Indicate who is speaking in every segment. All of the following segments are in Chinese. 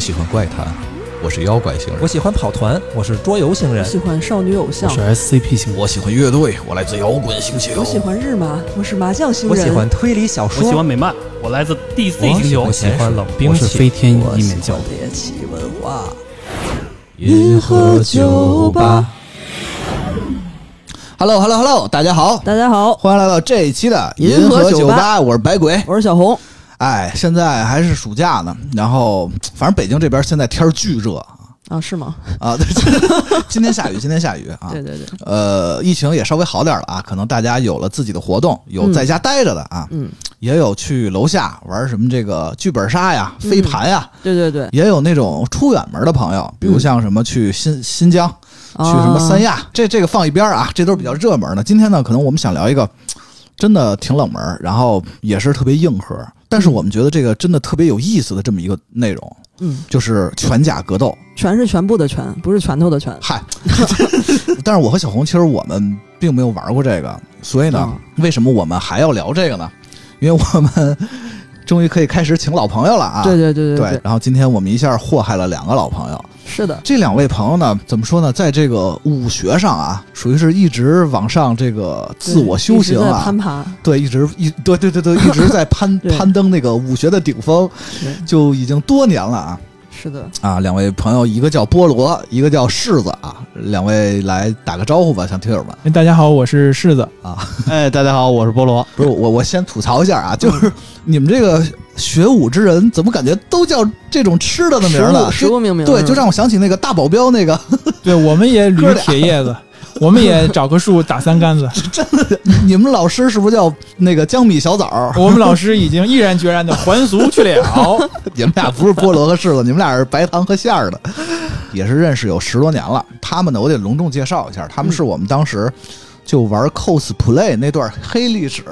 Speaker 1: 喜欢怪谈，我是妖怪星人
Speaker 2: 我；喜欢跑团，我是桌游星人，
Speaker 3: 喜欢少女偶
Speaker 4: 我
Speaker 3: 像，
Speaker 4: 是 SCP 型，
Speaker 1: 我喜欢乐队，我来自摇滚星球；
Speaker 3: 我喜欢日麻，我是麻将星
Speaker 2: 我
Speaker 3: 人，
Speaker 2: 喜欢推理小说，
Speaker 4: 我喜欢美漫，我来自 DC 星球
Speaker 2: 我，喜欢冷兵
Speaker 4: 我是
Speaker 2: 器，
Speaker 4: 飞天
Speaker 3: 我
Speaker 4: 一
Speaker 3: 喜
Speaker 4: 面
Speaker 3: 欢
Speaker 4: 教主。
Speaker 3: 猎奇文化。
Speaker 1: 银河酒吧。
Speaker 5: Hello Hello Hello，大家好，
Speaker 3: 大家好，
Speaker 5: 欢迎来到这一期的
Speaker 3: 银河
Speaker 5: 河
Speaker 3: 酒
Speaker 5: 酒
Speaker 3: 吧
Speaker 5: 吧，我是白鬼。
Speaker 3: 我是小红，
Speaker 5: 哎，现在还是暑假呢，然后反正北京这边现在天儿巨热
Speaker 3: 啊，是吗？
Speaker 5: 啊，对今天下雨，今天下雨啊。
Speaker 3: 对对对，
Speaker 5: 呃，疫情也稍微好点了啊，可能大家有了自己的活动，有在家待着的啊，
Speaker 3: 嗯，
Speaker 5: 也有去楼下玩什么这个剧本杀呀、飞盘呀，
Speaker 3: 对对对，去
Speaker 5: 也有那种出远门的朋友，比如像什么去新新疆、去什么三亚，这这个放一边儿啊，这都是比较热门的。今天呢，可能我们想聊一个真的挺冷门儿，然后也是特别硬核，但是我们觉得这个真的特别有意思的这么一个内容，
Speaker 3: 嗯，
Speaker 5: 就是拳甲格斗。
Speaker 3: 全是全部的全，不是拳头的拳。
Speaker 5: 嗨，但是我和小红其实我们并没有玩过这个，所以呢，
Speaker 3: 啊
Speaker 5: 为什么我们还要聊这个呢？因为我们终于可以开始请老朋友了啊！
Speaker 3: 对对对
Speaker 5: 对
Speaker 3: 对，
Speaker 5: 然后今天我们一下祸害了两个老朋友。
Speaker 3: 是的，
Speaker 5: 这两位朋友呢，怎么说呢，在这个武学上啊，属于是一直往上这个自我修行
Speaker 3: 对一直在
Speaker 5: 啊
Speaker 3: 攀，爬，
Speaker 5: 对，一直一对对对对，一直在攀
Speaker 3: 对
Speaker 5: 攀登那个武学的顶峰，
Speaker 3: 对
Speaker 5: 就已经多年了啊
Speaker 3: 是的，
Speaker 5: 啊！两位朋友，一个叫菠萝，一个叫柿子啊，两位来打个招呼吧，向听友们。啊
Speaker 6: 哎，大家好，我是柿子。
Speaker 4: 哎，大家好，我是菠萝。
Speaker 5: 不是我，我先吐槽一下啊，就是你们这个学武之人，怎么感觉都叫这种吃的的名
Speaker 3: 食
Speaker 5: 儿
Speaker 3: 物
Speaker 5: 呢？
Speaker 3: 食物命名嗯
Speaker 5: 对，
Speaker 3: 是吧
Speaker 5: 就让我想起那个大保镖那个，
Speaker 6: 对，我们也
Speaker 5: 哥
Speaker 6: 捋
Speaker 5: 俩
Speaker 6: 铁叶子， 我们也找棵树打三 竿子。
Speaker 5: 你们老师是不是叫那个江米小枣儿？
Speaker 6: 我们老师已经毅然决然的还俗去了。
Speaker 5: 你们俩不是菠萝和柿子，你们俩是白糖和馅儿的，也是认识有十多年了。他们呢，我得隆重介绍一下，他们是我们当时就玩 cosplay 那段黑历史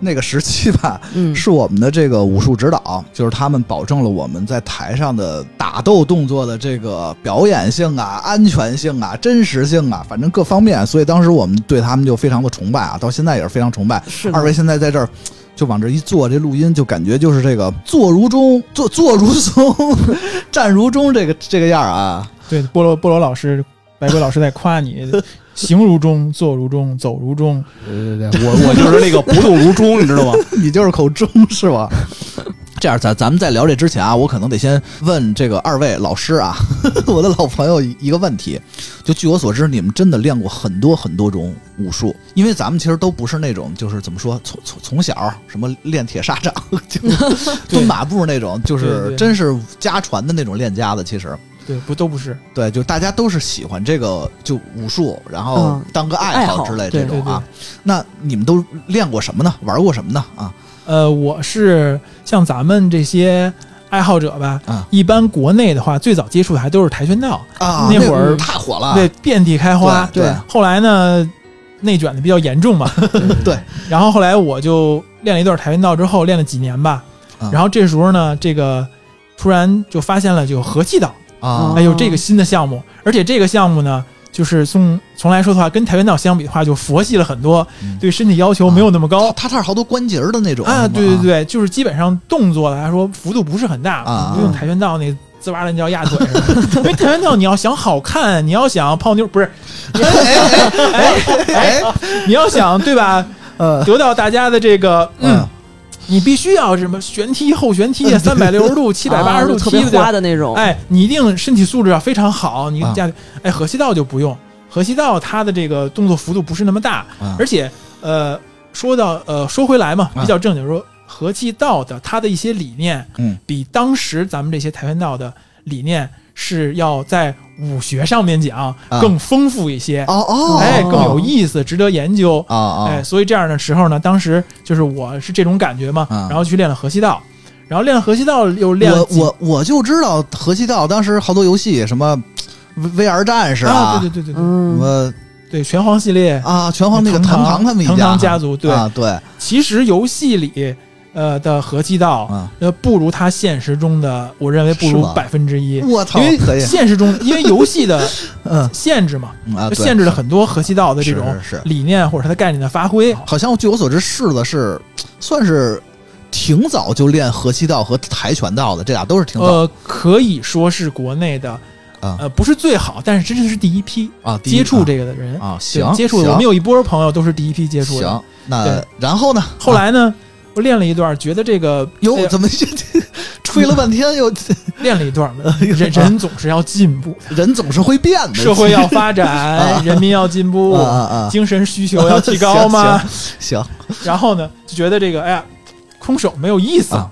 Speaker 5: 那个时期吧，
Speaker 3: 嗯，
Speaker 5: 是我们的这个武术指导，就是他们保证了我们在台上的打斗动作的这个表演性啊、安全性啊、真实性啊，反正各方面。所以当时我们对他们就非常的崇拜啊，到现在也是非常崇拜。
Speaker 3: 是的
Speaker 5: 二位现在在这儿就往这一坐，这录音就感觉就是这个坐如钟，坐坐如松， 站如钟，这个这个样儿啊。
Speaker 6: 对，菠萝菠萝老师、白龟老师在夸你，行如钟，坐如钟，走如钟。
Speaker 4: 对对对，我我就是那个不动如钟，你知道吗？
Speaker 5: 你就是口钟是吧？这样，咱咱们在聊这之前啊，我可能得先问这个二位老师啊， 我的老朋友一个问题。就据我所知，你们真的练过很多很多种武术，因为咱们其实都不是那种就是怎么说，从从从小什么练铁砂掌、 就蹲马步那种，就
Speaker 6: 对
Speaker 5: 是
Speaker 6: 对
Speaker 5: 真是家传的那种练家子。其实，
Speaker 6: 对，不都不是。
Speaker 5: 对，就大家都是喜欢这个就武术，然后
Speaker 3: 嗯
Speaker 5: 当个
Speaker 3: 爱
Speaker 5: 爱
Speaker 3: 好
Speaker 5: 好之类
Speaker 3: 对
Speaker 5: 这种啊。那你们都练过什么呢？玩过什么呢？啊，
Speaker 6: 呃，我是像咱们这些爱好者吧，
Speaker 5: 啊
Speaker 6: 一般国内的话，最早接触的还都是跆拳道，
Speaker 5: 啊，
Speaker 6: 那会儿
Speaker 5: 太火了，
Speaker 6: 对，遍地开花。
Speaker 5: 对对
Speaker 6: 后来呢，内卷的比较严重嘛，
Speaker 5: 对，
Speaker 6: 然后后来我就练了一段跆拳道，之后练了几年吧
Speaker 5: 啊。
Speaker 6: 然后这时候呢，这个突然就发现了就合气道，
Speaker 5: 啊
Speaker 6: 哎呦，这个新的项目，而且这个项目呢，就是从从来说的话，跟跆拳道相比的话，就佛系了很多
Speaker 5: 嗯，
Speaker 6: 对身体要求没有那么高
Speaker 5: 哦，它这儿好多关节儿的那种
Speaker 6: 啊。
Speaker 5: 是吗
Speaker 6: 对对对，就是基本上动作来说幅度不是很大，
Speaker 5: 啊
Speaker 6: 不用跆拳道那滋哇乱叫压腿什么的，因为跆拳道你要想好看，你要想泡妞不是，
Speaker 5: 哎，
Speaker 6: 你要想对吧？
Speaker 5: 呃，
Speaker 6: 得到大家的这个嗯
Speaker 5: 嗯，
Speaker 6: 你必须要什么旋踢、后旋踢啊，三百六十度、七百八十
Speaker 3: 啊就
Speaker 6: 度
Speaker 3: 特
Speaker 6: 踢
Speaker 3: 别花
Speaker 6: 的，
Speaker 3: 的那种，，
Speaker 6: 哎，你一定身体素质要非常好。你
Speaker 5: 啊
Speaker 6: 家哎，河西道就不用，河西道它的这个动作幅度不是那么大，
Speaker 5: 啊
Speaker 6: 而且呃，说到呃，说回来嘛，
Speaker 5: 啊
Speaker 6: 比较正经说，河西道的它的一些理念，
Speaker 5: 嗯，
Speaker 6: 比当时咱们这些跆拳道的理念是要在武学上面讲
Speaker 5: 啊
Speaker 6: 更丰富一些，
Speaker 5: 哦哦，
Speaker 6: 哎，更有意思，值得研究。
Speaker 5: 啊啊
Speaker 6: 哎，，所以这样的时候呢，当时就是我是这种感觉嘛，
Speaker 5: 嗯
Speaker 6: 然后去练了河西道，然后练了河西道又练了
Speaker 5: 我
Speaker 6: 几
Speaker 5: 我我就知道河西道当时好多游戏什么 VR 战士
Speaker 6: 啊，
Speaker 5: 啊，
Speaker 6: 对对对对、
Speaker 5: 什
Speaker 3: 嗯，
Speaker 5: 么
Speaker 6: 对，拳皇系列，
Speaker 5: 啊，拳皇那个
Speaker 6: 藤
Speaker 5: 唐
Speaker 6: 堂
Speaker 5: 堂他们一
Speaker 6: 藤堂家
Speaker 5: 家
Speaker 6: 族对
Speaker 5: 啊对
Speaker 6: 其实游戏里呃的合气道，
Speaker 5: 啊，
Speaker 6: 呃不如它现实中的，我认为不
Speaker 5: 是
Speaker 6: 如
Speaker 5: 吗
Speaker 6: 百分之一，
Speaker 5: 我操，
Speaker 6: 因
Speaker 5: 可
Speaker 6: 为
Speaker 5: 以，
Speaker 6: 现 实中因为游戏的
Speaker 5: 嗯
Speaker 6: 限制嘛，
Speaker 5: 嗯啊，
Speaker 6: 就
Speaker 5: 对
Speaker 6: 限制了很多合气道的这种
Speaker 5: 是是是
Speaker 6: 理念或者它的概念的发挥。
Speaker 5: 好像据我所知，柿子是算是挺早就练合气道和跆拳道的，这俩都是挺早
Speaker 6: 呃，可以说是国内的
Speaker 5: 啊
Speaker 6: 呃，不是最好，但是真的是第一批
Speaker 5: 啊。第一
Speaker 6: 接触这个的人。
Speaker 5: 啊，
Speaker 6: 对
Speaker 5: 行，
Speaker 6: 接触的，
Speaker 5: 行
Speaker 6: 我们有一波朋友都是第一批接触的。
Speaker 5: 行，那
Speaker 6: 对
Speaker 5: 然后呢？
Speaker 6: 后来呢，我练了一段，觉得这个哎
Speaker 5: 哟，
Speaker 6: 呀
Speaker 5: 怎 么吹了半天？又
Speaker 6: 练了一段嘛，
Speaker 5: 哎呦
Speaker 6: 人人总是要进步，
Speaker 5: 人总是会变的，
Speaker 6: 社会要发展，人民要进步，
Speaker 5: 啊啊啊！
Speaker 6: 精神需求要提高嘛。
Speaker 5: 行，
Speaker 6: 然后呢，就觉得这个哎呀，空手没有意思，
Speaker 5: 啊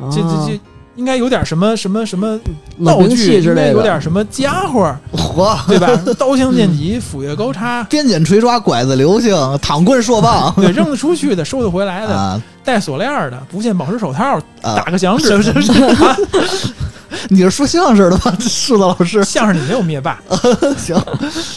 Speaker 3: 啊
Speaker 6: 这这这应该有点什么什么什么
Speaker 3: 冷
Speaker 6: 道
Speaker 3: 兵器
Speaker 6: 具，
Speaker 3: 之
Speaker 6: 应该
Speaker 3: 类
Speaker 6: 有
Speaker 3: 的，
Speaker 6: 点什么家伙，
Speaker 5: 嚯，
Speaker 6: 对吧？刀枪剑戟、斧钺钩叉，
Speaker 5: 鞭锏锤抓拐子流星躺棍槊 棒
Speaker 6: 对，扔得出去的，收得回来的，
Speaker 5: 啊
Speaker 6: 带锁链儿的，不限宝石手套，打
Speaker 5: 啊！
Speaker 6: 个响指。
Speaker 5: 你是说相声的 吧？是的，老师。
Speaker 6: 相声里没有灭霸。
Speaker 5: 行，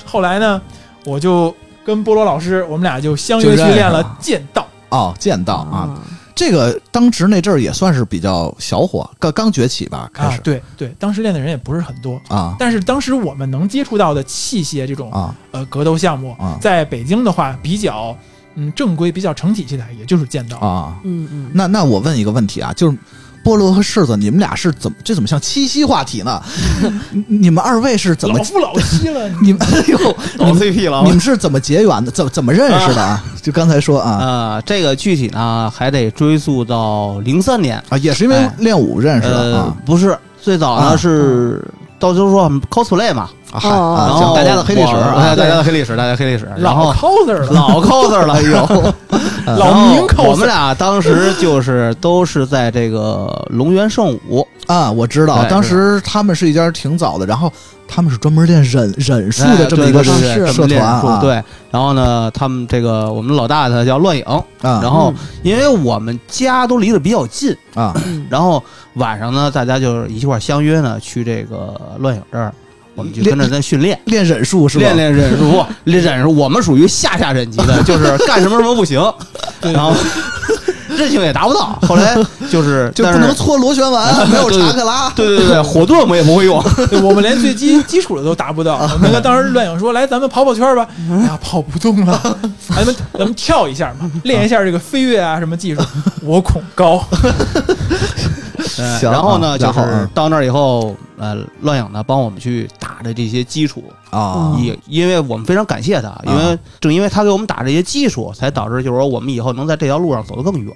Speaker 6: 后来呢，我就跟菠萝老师，我们俩就相
Speaker 5: 就
Speaker 6: 约
Speaker 5: 认
Speaker 6: 去
Speaker 5: 识
Speaker 6: 练了剑道。
Speaker 5: 哦，剑道
Speaker 6: 嗯
Speaker 5: 啊，，这个当时那阵儿也算是比较小火，刚刚崛起吧，开
Speaker 6: 啊
Speaker 5: 始，
Speaker 6: 对对，当时练的人也不是很多，
Speaker 5: 啊
Speaker 6: 但是当时我们能接触到的器械这种
Speaker 5: 啊
Speaker 6: 呃格斗项目
Speaker 5: 啊，
Speaker 6: 在北京的话比较嗯正规、比较成体系的，也就是剑道。
Speaker 5: 啊！
Speaker 3: 嗯嗯，
Speaker 5: 那那我问一个问题啊，就是菠萝和柿子，你们俩是怎么这怎么像七夕话题呢？你你们二位是怎么
Speaker 6: 老？夫老妻了，你
Speaker 5: 你们哎呦，
Speaker 4: 老 CP 了
Speaker 5: 你们是怎么结缘的？怎怎么认识的啊？就刚才说啊
Speaker 4: 啊，这个具体呢还得追溯到零三年，
Speaker 5: 啊，也是因为
Speaker 4: 哎
Speaker 5: 练武认识的
Speaker 4: 呃
Speaker 5: 啊，
Speaker 4: 不是最早
Speaker 5: 啊
Speaker 4: 呢是到就是说我们 cosplay 嘛，
Speaker 5: 啊，嗨
Speaker 3: 哦
Speaker 5: 啊
Speaker 4: 然
Speaker 5: 行
Speaker 4: 后
Speaker 5: 大家的黑历史
Speaker 4: 我
Speaker 5: 啊
Speaker 4: 哎，大家的黑历史，大家的黑历史，然
Speaker 6: 老
Speaker 4: 后
Speaker 6: coser 了，
Speaker 4: 老 coser 了，哎呦，
Speaker 6: 老明 coser
Speaker 4: 我们俩当时就是都是在这个龙源圣武，
Speaker 5: 啊，我知道，
Speaker 4: 哎
Speaker 5: 当时他们是一家挺早的，然后他们是专门练忍忍术的这么一个
Speaker 4: 哎对
Speaker 3: 是
Speaker 4: 对对
Speaker 5: 社
Speaker 4: 这
Speaker 5: 社
Speaker 4: 么练
Speaker 5: 团
Speaker 4: 术
Speaker 5: 啊，
Speaker 4: 对，然后呢，他们这个我们老大他叫乱影，
Speaker 5: 啊，
Speaker 4: 然后因为我们家都离得比较近，
Speaker 5: 啊
Speaker 3: 嗯
Speaker 4: 然后晚上呢，大家就是一块儿相约呢，去这个乱影这儿，我们就
Speaker 5: 练
Speaker 4: 跟着他训练。
Speaker 5: 嗯练忍术是吧？
Speaker 4: 练练忍术， 练忍术，我们属于下下忍级 的，就是干什么什么不行，然后韧性也达不到。后来就 是
Speaker 5: 就
Speaker 4: 但
Speaker 5: 不
Speaker 4: 是
Speaker 5: 能搓螺旋 丸，没有查克拉，
Speaker 4: 对 对对，火遁我也不会用，
Speaker 6: 对我们连最基基础的都达不到。我们当时乱影说：“来，咱们跑跑圈儿吧。”哎呀，跑不动了，咱们咱们跳一下嘛，练一下这个飞跃啊什么技术。我恐高，
Speaker 4: 呃
Speaker 5: 行
Speaker 4: 然后
Speaker 5: 啊
Speaker 4: 呢，就
Speaker 5: 然后
Speaker 4: 是
Speaker 5: 嗯
Speaker 4: 到那儿以后，呃，乱影呢帮我们去打的这些基础，
Speaker 5: 啊
Speaker 3: 哦
Speaker 4: 也因为我们非常感谢他，因为正因为他给我们打这些基础，才导致就是说我们以后能在这条路上走得更远，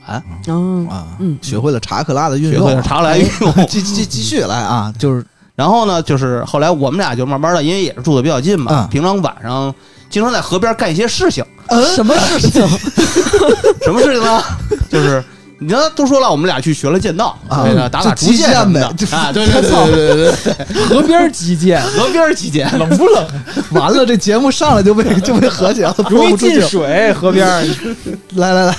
Speaker 3: 嗯
Speaker 5: 啊
Speaker 3: 嗯，
Speaker 5: 学会了查克拉的运
Speaker 4: 学
Speaker 5: 用
Speaker 4: 会了
Speaker 5: 啊，
Speaker 4: 茶 来运用。
Speaker 5: 继继继续来啊，就是
Speaker 4: 然后呢，就是后来我们俩就慢慢的，因为也是住的比较近嘛
Speaker 5: 嗯，
Speaker 4: 平常晚上经常在河边干一些事情，
Speaker 5: 呃
Speaker 3: 什么事情？
Speaker 4: 什么事情呢？就是。你呢？都说了，我们俩去学了剑道
Speaker 5: 啊
Speaker 4: 对的打打
Speaker 5: 就
Speaker 4: 竹
Speaker 5: 击剑
Speaker 4: 剑什么的
Speaker 5: 呗就
Speaker 4: 啊，对对对对 对对，
Speaker 6: 河边击剑，
Speaker 4: 河边击剑，
Speaker 6: 冷不冷？
Speaker 5: 完了，这节目上来就被就被和 谐了，
Speaker 6: 容
Speaker 5: 播
Speaker 6: 易
Speaker 5: 不出去
Speaker 6: 进。水，河边儿。
Speaker 5: 来来来，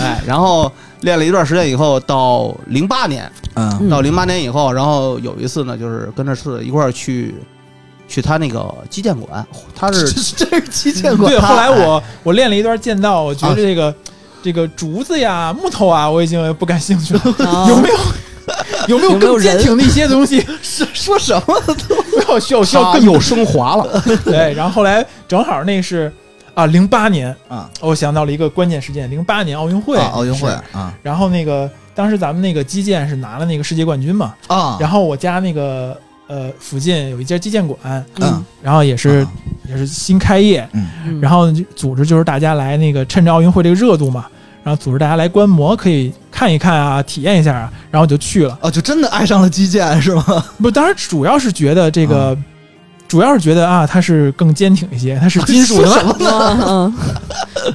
Speaker 4: 哎，然后练了一段时间以后，到零八年，
Speaker 5: 嗯
Speaker 3: 嗯
Speaker 4: 到零八年以后，然后有一次呢，就是跟着是一块儿去去他那个击剑馆，他
Speaker 5: 这
Speaker 4: 是
Speaker 5: 这这是击剑馆，
Speaker 6: 对，后来
Speaker 5: 哎
Speaker 6: 我我练了一段剑道，我觉
Speaker 5: 啊
Speaker 6: 得这个这个竹子呀、木头啊，我已经不感兴趣了。
Speaker 5: 哦
Speaker 3: 啊
Speaker 6: 有没有？有没有
Speaker 3: 有没有
Speaker 6: 更坚
Speaker 3: 人
Speaker 6: 挺的一些东西？
Speaker 5: 说什么
Speaker 6: 需 要需要需要
Speaker 4: 他
Speaker 6: 更
Speaker 4: 又升华了，
Speaker 6: 对，然后后来正好那是啊，零八年
Speaker 5: 啊，
Speaker 6: 我想到了一个关键事件，零八年奥运会，
Speaker 5: 啊奥运会
Speaker 6: 是。
Speaker 5: 啊
Speaker 6: 然后那个当时咱们那个击剑是拿了那个世界冠军嘛，
Speaker 5: 啊，
Speaker 6: 然后我家那个呃附近有一家击剑馆，
Speaker 5: 嗯
Speaker 6: 然后也是、
Speaker 5: 啊
Speaker 6: 也是新开业，
Speaker 3: 嗯
Speaker 6: 然后就组织就是大家来那个趁着奥运会这个热度嘛，然后组织大家来观摩，可以看一看啊，体验一下啊，然后就去了。
Speaker 5: 哦，就真的爱上了击剑是吗？
Speaker 6: 不，当然主要是觉得这个。
Speaker 5: 啊
Speaker 6: 主要是觉得啊，它是更坚挺一些，它是金属的
Speaker 5: 说
Speaker 6: 嘛
Speaker 5: 什，么呢？
Speaker 3: 嗯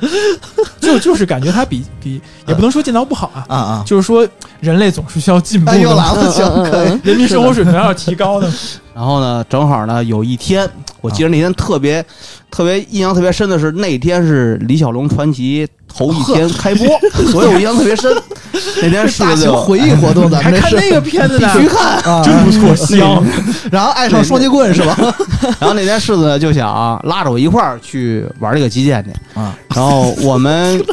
Speaker 6: 就就是感觉它比比也不能说剑道不好啊，
Speaker 5: 啊啊！
Speaker 6: 就是说人类总是需要进步
Speaker 5: 哎，又
Speaker 6: 的嘛，
Speaker 5: 来了，行，可以。
Speaker 6: 人民生活水平要 提高的嘛。
Speaker 4: 然后呢，正好呢有一天，我记得那天特别、特别印象特别深的是，那天是李小龙传奇头一天 开播，所以我印象特别深。那天是
Speaker 5: 大型
Speaker 4: 就
Speaker 5: 回忆活动，咱
Speaker 6: 还
Speaker 5: 们这
Speaker 6: 看
Speaker 5: 是
Speaker 6: 那个片子呢，
Speaker 5: 必须看啊！
Speaker 6: 真 不错，香。
Speaker 5: 然后爱上双截棍是吧？
Speaker 4: 然后那天柿子呢就想啊拉着我一块儿去玩这个击剑去
Speaker 5: 啊。
Speaker 4: 然后我们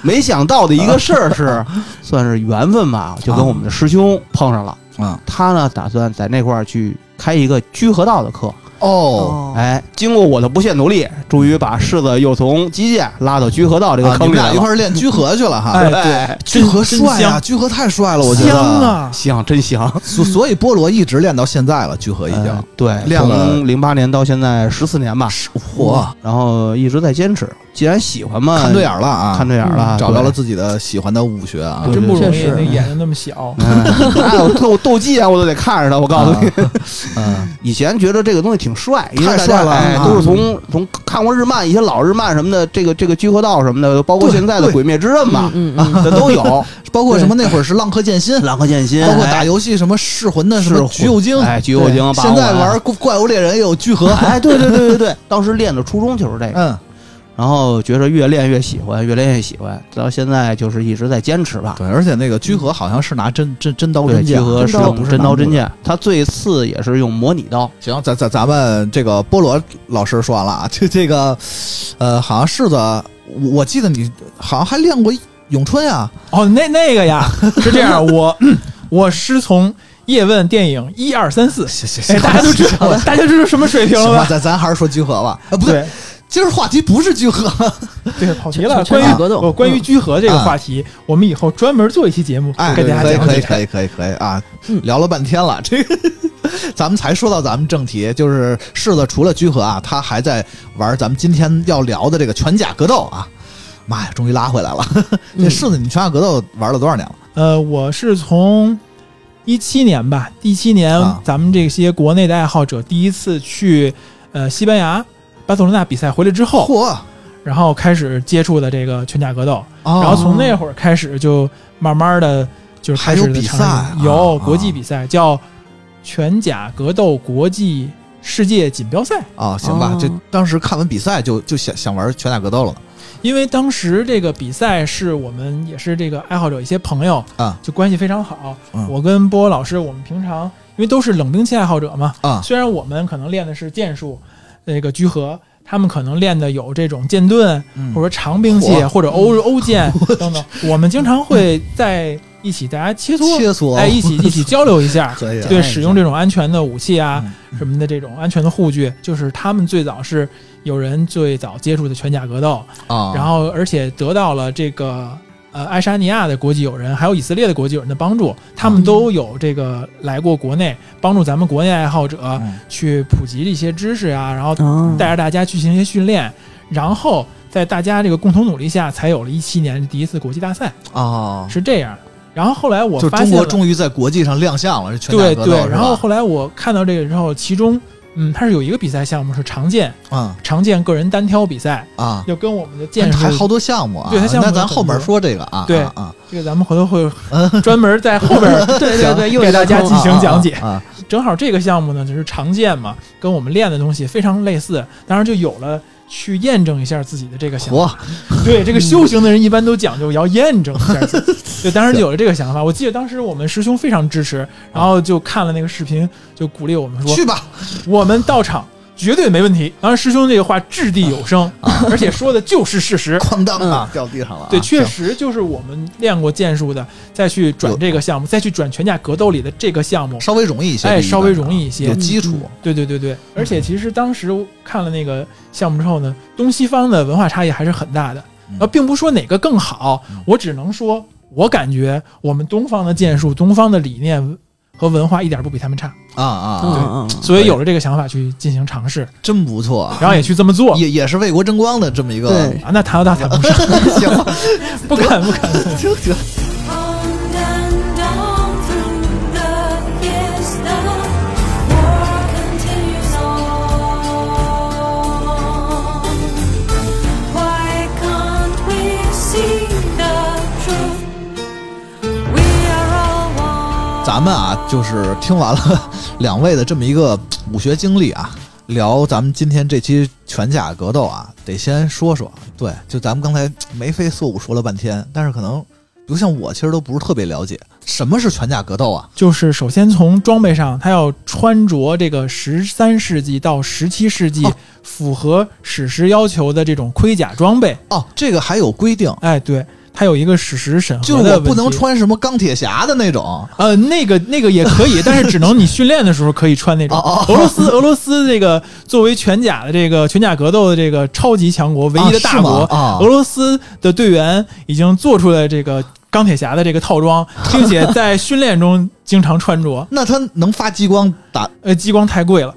Speaker 4: 没想到的一个事儿
Speaker 5: 啊
Speaker 4: 是，算是缘分吧，就跟我们的师兄碰上了。
Speaker 5: 啊
Speaker 4: 他呢打算在那块儿去开一个居合道的课，
Speaker 5: 哦，
Speaker 4: 哎，经过我的不懈努力，终于把柿子又从基建拉到居河道这个
Speaker 5: 啊，你
Speaker 4: 坑
Speaker 5: 们
Speaker 4: 里
Speaker 5: 俩
Speaker 4: 来
Speaker 5: 一块
Speaker 4: 了。
Speaker 5: 儿练居合去了哈。
Speaker 6: 哎
Speaker 4: 哎，
Speaker 5: 居合
Speaker 6: 真
Speaker 5: 帅啊，
Speaker 6: 香
Speaker 5: 居合太帅了，我觉
Speaker 6: 香
Speaker 5: 得。
Speaker 6: 啊！
Speaker 4: 香真香！
Speaker 5: 所所以菠萝一直练到现在了，居合已
Speaker 4: 哎
Speaker 5: 经。啊
Speaker 4: 对，
Speaker 5: 练了
Speaker 4: 从零八年到现在十四年吧，
Speaker 5: 嚯，
Speaker 4: 然后一直在坚持。既然喜欢嘛，
Speaker 5: 看对眼儿了啊！
Speaker 4: 看对眼儿了，
Speaker 5: 找到
Speaker 4: 对
Speaker 5: 了自己的喜欢的武学啊
Speaker 4: 对。
Speaker 6: 真不
Speaker 3: 确
Speaker 6: 容易，
Speaker 3: 实
Speaker 6: 那眼睛那么小，
Speaker 4: 哎，我斗斗技啊，我都得看着他。我告诉你，
Speaker 5: 嗯，
Speaker 4: 以前觉得这个东西挺啊帅，因为
Speaker 5: 太
Speaker 4: 大家
Speaker 5: 帅了
Speaker 4: 哎
Speaker 5: 啊
Speaker 4: 都是从从看过日漫，一些老日漫什么的，这个这个居合道什么的，包括现在的《鬼灭之刃》嘛，
Speaker 3: 嗯嗯
Speaker 4: 这都有。
Speaker 5: 包括什么那会儿是浪客剑心，
Speaker 4: 浪客剑心，
Speaker 5: 包括打游戏什么哎噬魂啊的什
Speaker 4: 是
Speaker 5: 么橘右京，
Speaker 4: 哎，橘右京，霸
Speaker 5: 现
Speaker 4: 王
Speaker 5: 在
Speaker 4: 丸
Speaker 5: 玩怪怪物猎人也有聚合。
Speaker 4: 啊哎，对对对对对，当时练的初衷就是这个，
Speaker 5: 嗯，
Speaker 4: 然后觉得越练越喜欢，越练越喜欢，到现在就是一直在坚持吧。
Speaker 5: 对，而且那个居合好像是拿真真真刀
Speaker 4: 对，
Speaker 5: 真
Speaker 4: 集
Speaker 5: 剑，啊
Speaker 4: 合
Speaker 5: 真
Speaker 4: 是
Speaker 5: 刀
Speaker 4: 用
Speaker 5: 不是
Speaker 4: 真
Speaker 5: 拿
Speaker 4: 刀
Speaker 5: 木
Speaker 4: 真
Speaker 5: 的。
Speaker 4: 剑，他最次也是用模拟刀，
Speaker 5: 行，咱咱咱们这个菠萝老师说完了啊， 这这个，呃，好像柿子，我我记得你好像还练过咏春啊，
Speaker 6: 哦，那那 个呀，是这样，我我师从叶问电影一二三四，
Speaker 5: 行行
Speaker 6: 哎，大家都知道，大家知道什么水平
Speaker 5: 行
Speaker 6: 了
Speaker 5: 吧，
Speaker 6: 吧？
Speaker 5: 咱咱还是说居合吧，啊，不对，
Speaker 6: 对
Speaker 5: 今儿话题不是居合，
Speaker 6: 对，跑题了。
Speaker 3: 全
Speaker 6: 关
Speaker 3: 全
Speaker 6: 于
Speaker 3: 网格斗
Speaker 6: 我关于
Speaker 3: 嗯
Speaker 6: 居合这个话题，我们以后专门做一期节目
Speaker 5: 啊哎，
Speaker 6: 给大家
Speaker 5: 可以
Speaker 6: 讲
Speaker 5: 可以
Speaker 6: 解。
Speaker 5: 可以可以可以啊
Speaker 3: 嗯，
Speaker 5: 聊了半天了， 这个咱们才说到咱们正题，就是柿子除了居合啊，他还在玩咱们今天要聊的这个拳甲格斗啊，妈呀，终于拉回来了，这
Speaker 3: 嗯
Speaker 5: 柿子，你拳甲格斗玩了多少年了？
Speaker 6: 呃，我是从一七年吧，一七年
Speaker 5: 啊
Speaker 6: 咱们这些国内的爱好者第一次去呃西班牙巴塞罗那比赛回来之后，
Speaker 5: 嚯！
Speaker 6: 然后开始接触的这个拳架格斗，
Speaker 5: 然
Speaker 6: 然后从那会儿开始就慢慢的就是开始
Speaker 5: 还有
Speaker 6: 地
Speaker 5: 比
Speaker 6: 尝试
Speaker 5: 赛
Speaker 6: 有
Speaker 5: 啊
Speaker 6: 国际比赛叫拳甲格斗国际世界锦标赛，
Speaker 5: 啊、行吧，
Speaker 3: 哦
Speaker 5: 这当时看完比赛就就想想玩拳打格斗了
Speaker 6: 因为当时这个比赛是我们也是这个爱好者一些朋友
Speaker 5: 啊
Speaker 6: 就关系非常好。
Speaker 5: 嗯
Speaker 6: 我跟波波老师，我们平常因为都是冷兵器爱好者嘛，
Speaker 5: 啊
Speaker 6: 虽然我们可能练的是剑术，那个居合，他们可能练的有这种剑盾，
Speaker 5: 嗯
Speaker 6: 或者长兵器，
Speaker 5: 嚯
Speaker 6: 或者欧欧剑 等等。我们经常会在一起大家切磋，
Speaker 5: 切磋
Speaker 6: 哎，一起一起交流一 下，
Speaker 5: 可以啊
Speaker 6: 对使用这种安全的武器啊
Speaker 5: 嗯
Speaker 6: 什么的这种安全的护具，就是他们最早是有人最早接触的拳甲格斗，
Speaker 5: 啊，
Speaker 6: 然后而且得到了这个呃爱沙尼亚的国际友人，还有以色列的国际友人的帮助，他
Speaker 5: 啊
Speaker 6: 们都有这个来过国内，帮助咱们国内爱好者
Speaker 5: 嗯
Speaker 6: 去普及一些知识啊，然后
Speaker 3: 哦
Speaker 6: 带着大家去进行一些训练，然后在大家这个共同努力下，才有了一七年的第一次国际大赛，
Speaker 5: 啊，
Speaker 6: 是这样。然后后来我
Speaker 5: 哦就
Speaker 6: 发
Speaker 5: 中
Speaker 6: 现
Speaker 5: 国
Speaker 6: 了
Speaker 5: 终于在国际上亮相了，这拳打
Speaker 6: 对
Speaker 5: 格斗
Speaker 6: 对，
Speaker 5: 是吧
Speaker 6: 然后后来我看到这个之后，其中嗯，它是有一个比赛项目是长剑，
Speaker 5: 嗯
Speaker 6: 长剑个人单挑比赛，
Speaker 5: 啊，
Speaker 6: 要跟我们的 剑
Speaker 5: 还
Speaker 6: 术
Speaker 5: 还好多项目啊，
Speaker 6: 对它项目
Speaker 5: 那咱
Speaker 6: 有很
Speaker 5: 后面
Speaker 6: 多
Speaker 5: 说这个啊，
Speaker 6: 对
Speaker 5: 啊啊，
Speaker 6: 这个咱们回头 会专门在后边儿
Speaker 3: 对对对，又
Speaker 6: 给大
Speaker 3: 一个
Speaker 6: 家
Speaker 3: 坑
Speaker 6: 进行讲解。
Speaker 5: 啊啊
Speaker 6: 正好这个项目呢，就是常见嘛，跟我们练的东西非常类似，当然就有了去验证一下自己的这个想
Speaker 5: 嚯
Speaker 6: 法。对，
Speaker 5: 嗯
Speaker 6: 这个修行的人一般都讲究要验证一下自己，对， 当时就有了这个想法。我记得当时我们师兄非常支持，然后就看了那个视频，就鼓励我们说
Speaker 5: 去吧，
Speaker 6: 我们到场。绝对没问题。当然，师兄这个话掷地有声，而且说的就是事实。
Speaker 5: 哐当啊，掉地上了啊，
Speaker 6: 嗯对，确
Speaker 5: 行
Speaker 6: 实就是我们练过剑术的，再去转
Speaker 5: 有
Speaker 6: 这个项目，再去转拳架格斗里的这个项目，
Speaker 5: 稍微容易一些，比
Speaker 6: 哎，
Speaker 5: 一般
Speaker 6: 稍微容易一些
Speaker 5: 有。嗯基础，
Speaker 6: 对对对对，而且其实当时看了那个项目之后呢，东西方的文化差异还是很大的。
Speaker 5: 嗯
Speaker 6: 呃，并不说哪个更好
Speaker 5: 嗯，
Speaker 6: 我只能说，我感觉我们东方的剑术、东方的理念和文化一点不比他们差，
Speaker 5: 啊啊，
Speaker 3: 嗯嗯
Speaker 6: 所以有了这个想法去进行尝试，
Speaker 5: 真不错啊，
Speaker 6: 然后也去这么做。
Speaker 5: 也也是为国争光的这么一个，
Speaker 3: 对
Speaker 6: 啊，那谈到大谈不上，
Speaker 5: 行吧，
Speaker 6: 不敢不敢。
Speaker 5: 行行。
Speaker 7: On and on through the years, the war continues on. Why can't we see the truth? We are all one.
Speaker 5: 咱们啊，就是听完了 两位的这么一个武学经历啊，聊咱们今天这期拳甲格斗啊，得先说说，对，就咱们刚才眉飞色舞说了半天，但是可能，比如像我其实都不是特别了解什么是拳甲格斗啊，
Speaker 6: 就是首先从装备上，他要穿着这个十三世纪到十七世纪
Speaker 5: 哦
Speaker 6: 符合史实要求的这种盔甲装备。
Speaker 5: 哦，这个还有规定
Speaker 6: 哎，对，他它有一个史实审
Speaker 5: 就是
Speaker 6: 核的
Speaker 5: 我
Speaker 6: 问题，
Speaker 5: 不能穿什么钢铁侠的那种，
Speaker 6: 呃，那个那个也可以，但是只能你训练的时候可以穿那
Speaker 5: 哦
Speaker 6: 种。俄罗斯俄罗斯这个作为拳甲的这个拳甲格斗的这个超级强国，唯一的大国，哦
Speaker 5: 啊是吗啊
Speaker 6: 俄罗斯的队员已经做出了这个钢铁侠的这个 套装，并且在训练中经常穿着。
Speaker 5: 那他能发激光打？
Speaker 6: 呃，激光太贵了，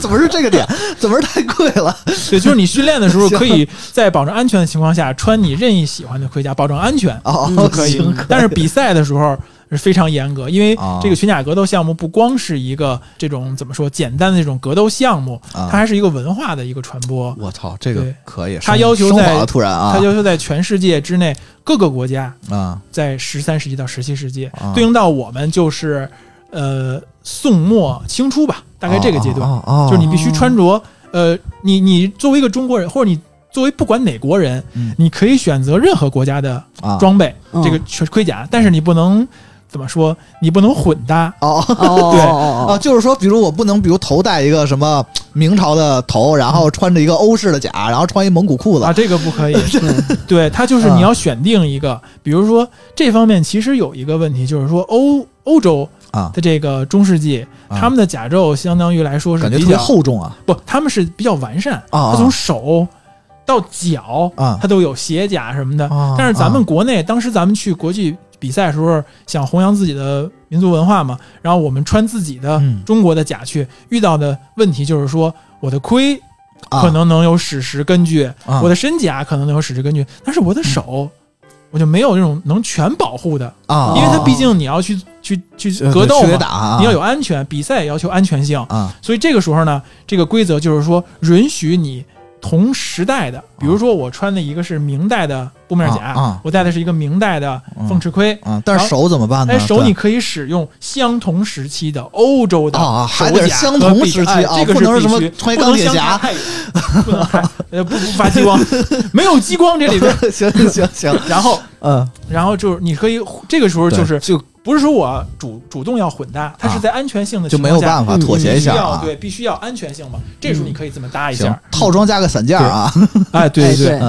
Speaker 5: 怎么是这个点？ 怎么是太贵了？
Speaker 6: 对，就是你训练的时候可以在保证安全的情况下穿你任意喜欢的盔 甲，保证安全。
Speaker 5: 哦，
Speaker 6: 嗯可以
Speaker 5: 行，啊
Speaker 6: 但是比赛的时候是非常严格，因为这个拳甲格斗项目不光是一个这种怎么说简单的这种格斗项目，
Speaker 5: 啊
Speaker 6: 它还是一个文化的一个传播。
Speaker 5: 我操，这个
Speaker 6: 对
Speaker 5: 可以。
Speaker 6: 他
Speaker 5: 升
Speaker 6: 要求
Speaker 5: 升华
Speaker 6: 在
Speaker 5: 了，突然啊，
Speaker 6: 它要求在全世界之内各个国家，
Speaker 5: 啊，
Speaker 6: 在十三世纪到十七世纪
Speaker 5: 啊，
Speaker 6: 对应到我们就是呃宋末清初吧，大概这个阶段，
Speaker 5: 哦哦哦
Speaker 6: 就是你必须穿着呃，你你作为一个中国人，或者你作为不管哪国人，
Speaker 5: 嗯
Speaker 6: 你可以选择任何国家的
Speaker 5: 啊
Speaker 6: 装备，
Speaker 3: 嗯
Speaker 6: 这个全盔甲，但是你不能怎么说，你不能混搭。
Speaker 5: 哦
Speaker 3: 哦
Speaker 6: 对
Speaker 3: 哦
Speaker 5: 啊，
Speaker 3: 哦
Speaker 5: 就是说，比如我不能，比如头戴一个什么
Speaker 6: 嗯
Speaker 5: 明朝的头，然后穿着一个欧式的甲，然后穿一蒙古裤
Speaker 6: 啊，
Speaker 5: 子，
Speaker 6: 这个不 可以。对，它就是你要选定一个，比如说这方面其实有一个问题，就是说欧欧洲
Speaker 5: 啊
Speaker 6: 的这个中世纪，
Speaker 5: 啊
Speaker 6: 他们的甲胄相当于来说是
Speaker 5: 感觉
Speaker 6: 比
Speaker 5: 特别
Speaker 6: 较
Speaker 5: 厚重啊
Speaker 6: 不，他们是比较完善，
Speaker 5: 啊
Speaker 6: 它从手到脚
Speaker 5: 啊
Speaker 6: 它都有鞋甲什么的。
Speaker 5: 啊
Speaker 6: 但是咱
Speaker 5: 啊
Speaker 6: 们国内当时咱们去国际比赛的时候，想弘扬自己的民族文化嘛，然后我们穿自己的
Speaker 5: 嗯
Speaker 6: 中国的甲去，遇到的问题就是说我的盔。
Speaker 5: 啊，
Speaker 6: 可能能有史实根据，
Speaker 5: 啊
Speaker 6: 我的身甲可能能有史实根据，但是我的手，我就没有这种能全保护的，
Speaker 5: 嗯啊，
Speaker 6: 因为它毕竟你要去去去
Speaker 5: 呃
Speaker 6: 格斗
Speaker 5: 去
Speaker 6: 嘛，
Speaker 5: 打啊，
Speaker 6: 你要有安全，比赛也要求安全性，
Speaker 5: 啊
Speaker 6: 所以这个时候呢，这个规则就是说允许你同时代的，比如说我穿的一个是明代的布面甲，
Speaker 5: 啊啊
Speaker 6: 我戴的是一个明代的凤翅盔。
Speaker 5: 啊，但是
Speaker 6: 好
Speaker 5: 手怎么办呢？
Speaker 6: 哎，手
Speaker 5: 对
Speaker 6: 你可以使用相同时期的欧洲的
Speaker 5: 啊啊
Speaker 6: 手
Speaker 5: 还得是
Speaker 6: 甲
Speaker 5: 相
Speaker 6: 和
Speaker 5: 同
Speaker 6: 臂
Speaker 5: 时期
Speaker 6: 哎
Speaker 5: 啊
Speaker 6: 这个
Speaker 5: 不
Speaker 6: 是
Speaker 5: 能是
Speaker 6: 必
Speaker 5: 什么
Speaker 6: 须
Speaker 5: 穿
Speaker 6: 不
Speaker 5: 钢
Speaker 6: 能
Speaker 5: 铁
Speaker 6: 相
Speaker 5: 侠
Speaker 6: 差太远不能还呃不不发激光，没有激光 这里边。
Speaker 5: 行行行行，
Speaker 6: 然后
Speaker 5: 嗯，
Speaker 6: 然后就是你可以这个时候就是
Speaker 5: 就啊
Speaker 6: 不是说我主主动要混搭，它是在安全性的
Speaker 5: 就
Speaker 6: 情
Speaker 5: 没
Speaker 6: 况
Speaker 5: 有
Speaker 6: 下
Speaker 5: 办法妥协一下
Speaker 6: 必须嗯要
Speaker 5: 啊。
Speaker 6: 对，必须要安全性嘛。这时候你可以这么搭一
Speaker 5: 行
Speaker 6: 下，，
Speaker 5: 套装加个散架啊，
Speaker 6: 嗯哎，
Speaker 3: 哎
Speaker 6: 对
Speaker 3: 对，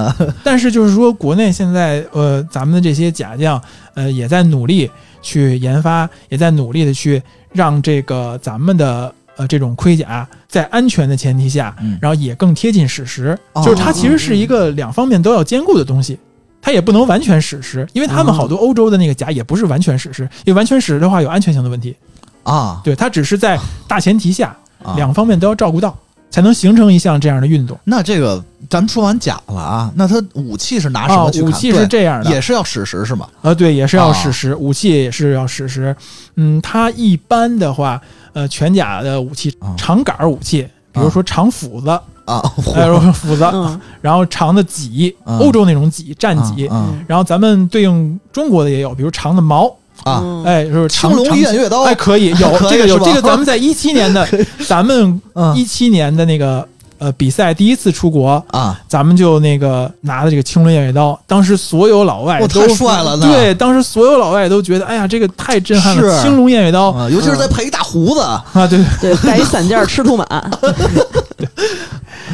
Speaker 6: 但是就是说，国内现在呃，咱们的这些甲将呃，也在努力去研发，也在努力的去让这个咱们的呃这种盔甲在安全的前提下，
Speaker 5: 嗯
Speaker 6: 然后也更贴近史实。
Speaker 5: 哦
Speaker 6: 就是它其实是一个两方面都要兼顾的东西。它也不能完全史实，因为他们好多欧洲的那个甲也不是完全史实，因为完全史实的话有安全性的问题。
Speaker 5: 啊
Speaker 6: 对，它只是在大前提下，
Speaker 5: 啊
Speaker 6: 两方面都要照顾到，才能形成一项这样的运动。
Speaker 5: 那这个咱们说完甲了啊，那他武器是拿什
Speaker 6: 啊，
Speaker 5: 么去看？
Speaker 6: 武器是
Speaker 5: 对
Speaker 6: 这样的，
Speaker 5: 也是要史实是吗？
Speaker 6: 呃，对，也是要史
Speaker 5: 啊
Speaker 6: 实，武器也是要史实。嗯，它一般的话，呃，全甲的武器
Speaker 5: 啊，
Speaker 6: 长杆儿武器，比
Speaker 5: 啊
Speaker 6: 如说长 斧子，
Speaker 5: 啊，
Speaker 6: 还有斧子，
Speaker 3: 嗯
Speaker 6: 然后长的戟，
Speaker 5: 啊
Speaker 6: 欧洲那种戟，战戟。
Speaker 5: 啊
Speaker 3: 嗯
Speaker 6: 然后咱们对应中国的也有，比如长的矛，
Speaker 5: 啊啊，
Speaker 3: 嗯
Speaker 6: 哎，就是
Speaker 5: 青
Speaker 6: 长
Speaker 5: 龙
Speaker 6: 长
Speaker 5: 偃月刀
Speaker 6: 哎，可以有
Speaker 5: 可以
Speaker 6: 这个
Speaker 5: 是
Speaker 6: 有
Speaker 5: 吧
Speaker 6: 这个，咱们在一七 年的咱们
Speaker 5: 嗯
Speaker 6: 一七年的那个呃比赛第一次出国，
Speaker 5: 啊
Speaker 6: 咱们就那个拿的这个青龙偃月刀，当时所有老外
Speaker 5: 哇太
Speaker 6: 都
Speaker 5: 帅了那
Speaker 6: 对，当时所有老外都觉得，哎呀，这个太震撼了，
Speaker 5: 是
Speaker 6: 青龙偃月刀
Speaker 5: 啊，尤其是再配一大胡子
Speaker 6: 啊，对，
Speaker 3: 对，带一散件儿吃 兔马，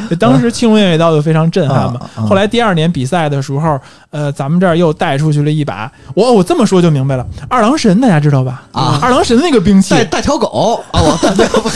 Speaker 6: 对当时青龙偃月刀就非常震撼嘛
Speaker 5: 啊啊啊。啊
Speaker 6: 后来第二年比赛的时候，呃，咱们这儿又带出去了一把，我我这么说就明白了，二郎神大家知道吧？
Speaker 5: 啊
Speaker 6: 二郎神那个兵器
Speaker 5: 带带条狗啊，我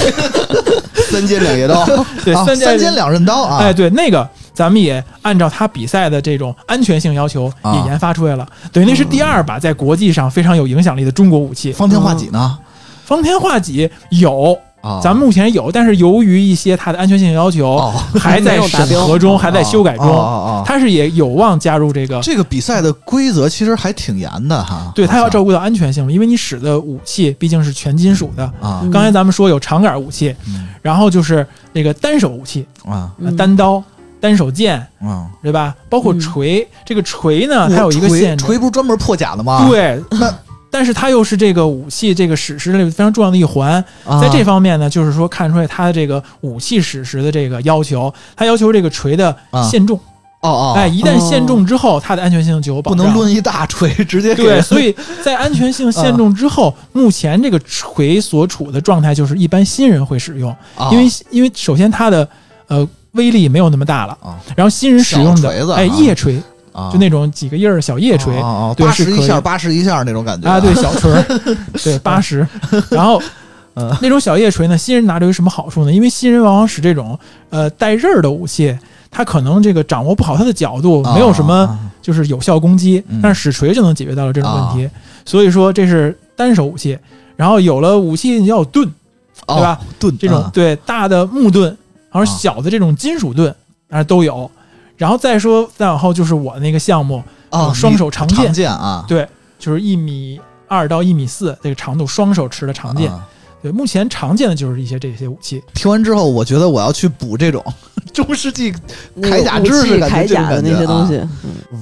Speaker 5: 三尖两截刀，
Speaker 6: 对
Speaker 5: 啊
Speaker 6: 三尖
Speaker 5: 三尖两刃刀啊
Speaker 6: 哎，，对，那个咱们也按照他比赛的这种安全性要求
Speaker 5: 啊
Speaker 6: 也研发出来了，等于那是第二把在国际上非常有影响力的中国武器。
Speaker 5: 方天画戟呢
Speaker 6: 方天画戟有，
Speaker 5: 啊，
Speaker 6: 嗯咱们目前有，但是由于一些它的安全性要求
Speaker 5: 哦
Speaker 6: 还在审核中，还在修改
Speaker 5: 哦哦
Speaker 6: 中，
Speaker 5: 哦哦
Speaker 6: 它是也有望加入这个。
Speaker 5: 这个比赛的规则其实还挺严的哈，
Speaker 6: 啊对，它要照
Speaker 5: 顾
Speaker 6: 顾到安全性，因为你使的武器毕竟是全金属的。
Speaker 5: 啊
Speaker 6: 刚才咱们说有长杆武器，
Speaker 5: 嗯
Speaker 6: 然后就是那个单手武器，
Speaker 5: 啊
Speaker 6: 呃单刀、单手剑，
Speaker 5: 嗯，
Speaker 6: 对吧？包括
Speaker 3: 嗯
Speaker 6: 锤，这个锤呢，啊它有一个
Speaker 5: 锤
Speaker 6: 限制，
Speaker 5: 锤不是专门破甲的吗？
Speaker 6: 对，
Speaker 5: 那
Speaker 6: 但是它又是这个武器这个史诗里非常重要的一环，
Speaker 5: 啊，
Speaker 6: 在这方面呢，就是说看出来它的这个武器史实的这个要求，它要求这个锤的限重，
Speaker 5: 哦哦，
Speaker 6: 哎，，一旦限重之后，它的安全性就有保
Speaker 5: 不
Speaker 6: 障。
Speaker 5: 能抡一大锤直接给
Speaker 6: 对，
Speaker 5: 人嗯
Speaker 6: 所以在安全 性限重之后，目前这个锤所处的状态就是一般新人会使用，
Speaker 5: 啊
Speaker 6: 因为因为首先它的呃威力没有那么大了
Speaker 5: 啊，
Speaker 6: 然后新人使用
Speaker 5: 小锤子
Speaker 6: 的
Speaker 5: 啊
Speaker 6: 哎叶锤
Speaker 5: 啊，
Speaker 6: 就那种几个印儿小叶锤
Speaker 5: 啊，
Speaker 6: 对
Speaker 5: 八
Speaker 6: 是
Speaker 5: 十
Speaker 6: 可
Speaker 5: 一
Speaker 6: 以
Speaker 5: 下，八十一下那种感觉
Speaker 6: 啊，对，小 锤儿，对八十，然后。
Speaker 5: 嗯
Speaker 6: 那种小叶锤呢，新人拿着有什么好处呢？因为新人往往使这种呃带刃儿的武器，他可能这个掌握不好他的角度，
Speaker 5: 啊
Speaker 6: 没有什么
Speaker 5: 啊
Speaker 6: 就是有效攻击
Speaker 5: 嗯，哦
Speaker 6: 但是使锤就能解决到了这种问题。所以说这是单手武器，然后有了武器你要有盾，
Speaker 5: 哦
Speaker 6: 对吧？
Speaker 5: 盾
Speaker 6: 这种
Speaker 5: 啊
Speaker 6: 对大的木盾，然后
Speaker 5: 啊
Speaker 6: 小的这种金属盾，啊都有。然后再说再往后就是我那个项目，
Speaker 5: 哦，
Speaker 6: 双手长
Speaker 5: 你
Speaker 6: 剑
Speaker 5: 长剑啊，
Speaker 6: 对，就是一米二到一米四这个长度，双手持的长剑。
Speaker 5: 啊
Speaker 6: 对，目前常见的就是一些这些武器。
Speaker 5: 听完之后，我觉得我要去补这种 中世纪
Speaker 3: 那
Speaker 5: 铠
Speaker 3: 个
Speaker 5: 甲
Speaker 3: 武
Speaker 5: 知识
Speaker 3: 器
Speaker 5: 感觉这种
Speaker 3: 铠甲的
Speaker 5: 感觉
Speaker 3: 那些东
Speaker 6: 啊
Speaker 3: 西，